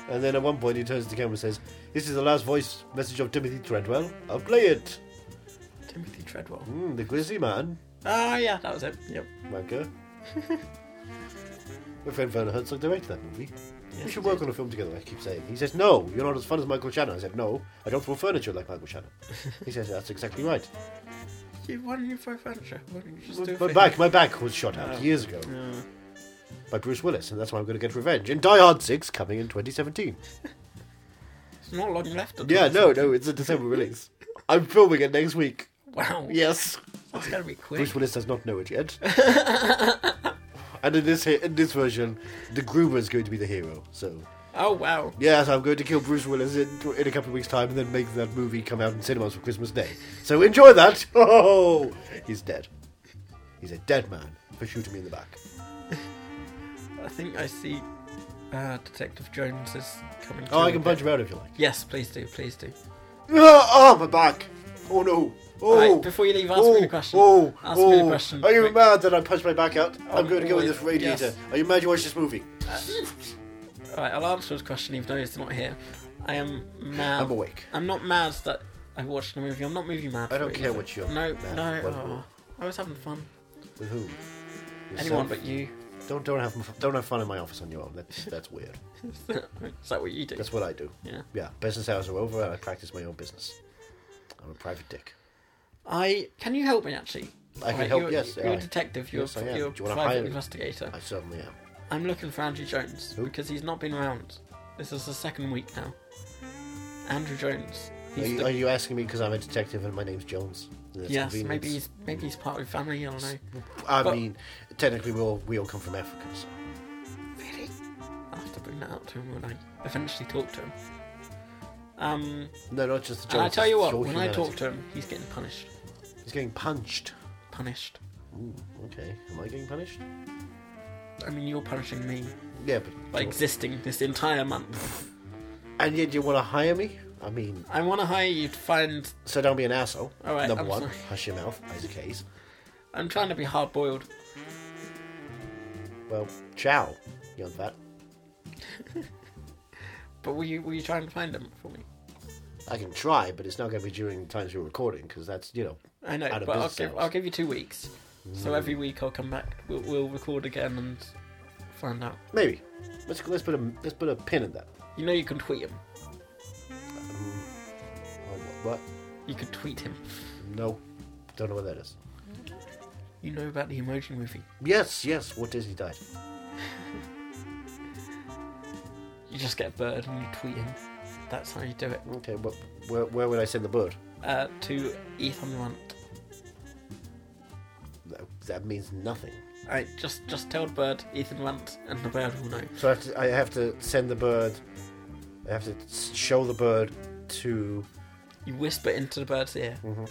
S1: and then at one point he turns to the camera and says, This is the last voice message of Timothy Treadwell. I'll play it.
S2: Timothy Treadwell.
S1: Hmm, the grizzly man.
S2: Ah, yeah, that was it. Yep.
S1: Wanker. My friend Werner Herzog directed that movie. we should work on a film together, I keep saying. He says, No, you're not as fun as Michael Shannon. I said, No, I don't throw furniture like Michael Shannon. he says, That's exactly right.
S2: You, why don't you throw furniture? Why don't you just do a
S1: My
S2: thing?
S1: back, my back was shot out years ago by Bruce Willis, and that's why I'm going to get revenge in Die Hard Six, coming in 2017.
S2: It's not long left. at
S1: Yeah,
S2: all.
S1: no, no, it's a December release. I'm filming it next week.
S2: Wow.
S1: Yes,
S2: That's gotta be quick.
S1: Bruce Willis does not know it yet. and in this he- in this version, the groomer is going to be the hero. So
S2: Oh wow.
S1: yes, I'm going to kill Bruce Willis in, in a couple of weeks' time, and then make that movie come out in cinemas for Christmas Day. So enjoy that. <laughs> Oh, he's dead. He's a dead man for shooting me in the back.
S2: I think I see uh, Detective Jones is coming.
S1: Oh, I
S2: through
S1: can
S2: a
S1: punch
S2: bit.
S1: him out if you like. <laughs>
S2: Yes, please do, please do.
S1: Oh, my back. Oh no. Oh.
S2: Right, before you leave, ask me the question.
S1: Oh,
S2: Ask
S1: oh.
S2: me the question.
S1: Are you
S2: Quick.
S1: mad that I punched my back out? I'm
S2: Oh,
S1: going to go in this
S2: yes.
S1: radiator. Are you mad you watched this movie?
S2: Alright, I'll answer his question even though he's not here. I am mad.
S1: I'm awake.
S2: I'm not mad that I watched the movie. I'm not movie mad.
S1: I don't
S2: for it
S1: care
S2: either.
S1: what you're
S2: No,
S1: mad
S2: no.
S1: about.
S2: oh, I was having fun.
S1: With whom?
S2: Anyone
S1: Yourself?
S2: but you. <laughs>
S1: Don't don't have don't have fun in my office on your own. That's that's weird.
S2: is that what you do?
S1: That's what I do.
S2: Yeah.
S1: Yeah. Business hours are over, and I practice my own business. I'm a private dick.
S2: I can you help me actually?
S1: I can help,
S2: You're,
S1: yes,
S2: You're
S1: I-
S2: a detective. You're,
S1: yes, I am.
S2: you're a
S1: Do you wanna
S2: private
S1: hire me?
S2: investigator.
S1: I certainly am.
S2: I'm looking for Andrew Jones because he's not been around. This is the second week now. Andrew Jones.
S1: Are
S2: He's
S1: you,
S2: the-
S1: are you asking me because I'm a detective and my name's Jones? That's
S2: yes,
S1: convenient.
S2: maybe he's maybe he's part of your family. I don't know.
S1: I
S2: but-
S1: mean, technically, we all we all come from Africa. So.
S2: Really? I have to bring that up to him when I eventually talk to him. Um,
S1: No, not just the
S2: and
S1: Jones.
S2: I tell you
S1: it's
S2: what,
S1: your
S2: when I
S1: humanity.
S2: talk to him, he's getting punished.
S1: he's getting punched.
S2: Punished.
S1: Ooh, okay. Am I getting punished?
S2: I mean, you're punishing me
S1: Yeah, but
S2: by existing this entire month.
S1: <laughs> and yet you want to hire me? I mean,
S2: I want to hire you to find.
S1: so don't be an asshole.
S2: All right,
S1: Number
S2: I'm
S1: one,
S2: sorry.
S1: hush your mouth, Isaac Hayes.
S2: I'm trying to be hard boiled.
S1: Well, ciao, young fat.
S2: But will you will you try and find him for me?
S1: I can try, but it's not going to be during the times we're recording because that's you know.
S2: I know,
S1: Out of
S2: but I'll
S1: business Mm.
S2: give,
S1: hours.
S2: I'll give you two weeks. So every week I'll come back. We'll, we'll record again and find out.
S1: Maybe let's let's put a let's put a pin in that.
S2: You know you can tweet him.
S1: Oh, what? what?
S2: You could tweet him.
S1: No, don't know what that is.
S6: You know about the emoji movie.
S1: Yes, yes. What Disney died?
S6: You just get a bird and you tweet him.
S2: That's how you do it.
S1: Okay, what, where, where would I send the bird?
S2: Uh, to Ethan Lunt.
S1: That, that means nothing.
S2: I just just tell the bird Ethan Lunt, and the bird will know.
S1: So I have to, I have to send the bird. I have to s- show the bird to,
S2: You whisper into the bird's ear.
S1: Mm-hmm.
S2: And-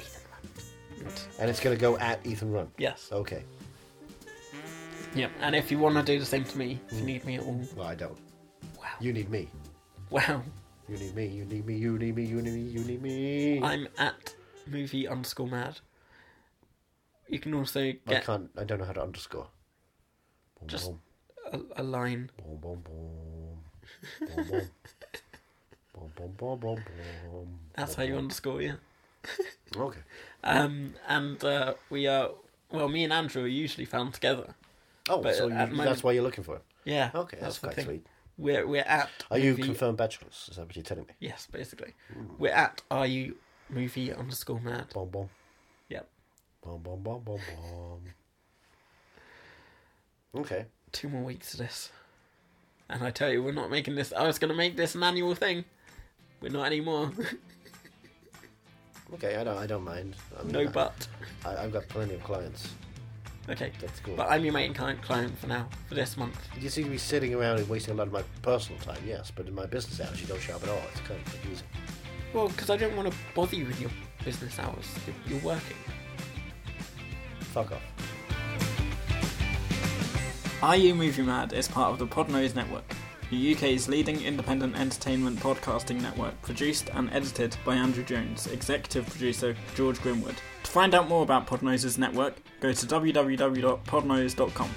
S1: and it's gonna go at Ethan Run.
S2: Yes.
S1: Okay.
S2: Yeah. And if you want to do the same to me, if you need me at all,
S1: Well, I don't.
S2: wow,
S1: Mm. You need me.
S2: wow.
S1: You need me. You need me. You need me. You need me. You need me. I,
S2: I'm at movie underscore mad. You can also get
S1: can't. I don't know how to underscore. Boom,
S2: Just-
S1: boom,
S2: a, a line.
S1: boom, boom, boom, boom, boom. Boom, boom, boom, boom, boom.
S2: That's how you underscore, yeah.
S1: Okay.
S2: Um, and uh, we are well, me and Andrew are usually found together.
S1: Oh,
S2: But
S1: so you,
S2: at the
S1: that's
S2: moment-
S1: why you're looking for it.
S2: Yeah.
S1: Okay, that's,
S2: the
S1: quite
S2: thing.
S1: sweet.
S2: We're we're at.
S1: Are you
S2: movie-
S1: confirmed bachelors? Is that what you're telling me?
S2: Yes, basically. We're at are you movie underscore mad.
S1: Boom, boom,
S2: Yep.
S1: boom, boom, boom, boom, boom. Okay.
S2: Two more weeks of this, and I tell you, we're not making this. I was going to make this an annual thing. We're not anymore. <laughs>
S1: Okay, I don't. I don't mind. I mean,
S2: no
S1: I-
S2: but.
S1: I, I've got plenty of clients.
S2: Okay.
S1: That's cool.
S2: But I'm your main client client for now for this month.
S1: You seem to be sitting around and wasting a lot of my personal time, yes, but in my business hours you don't show up at all. It's kind of confusing.
S2: Well, because I don't want to bother you with your business hours. You're, you're working.
S1: Fuck off.
S7: Are You Movie Mad is part of the Podnose Network, the UK's leading independent entertainment podcasting network, produced and edited by Andrew Jones, executive producer George Grimwood. To find out more about Podnose's network, go to www.podnose.com.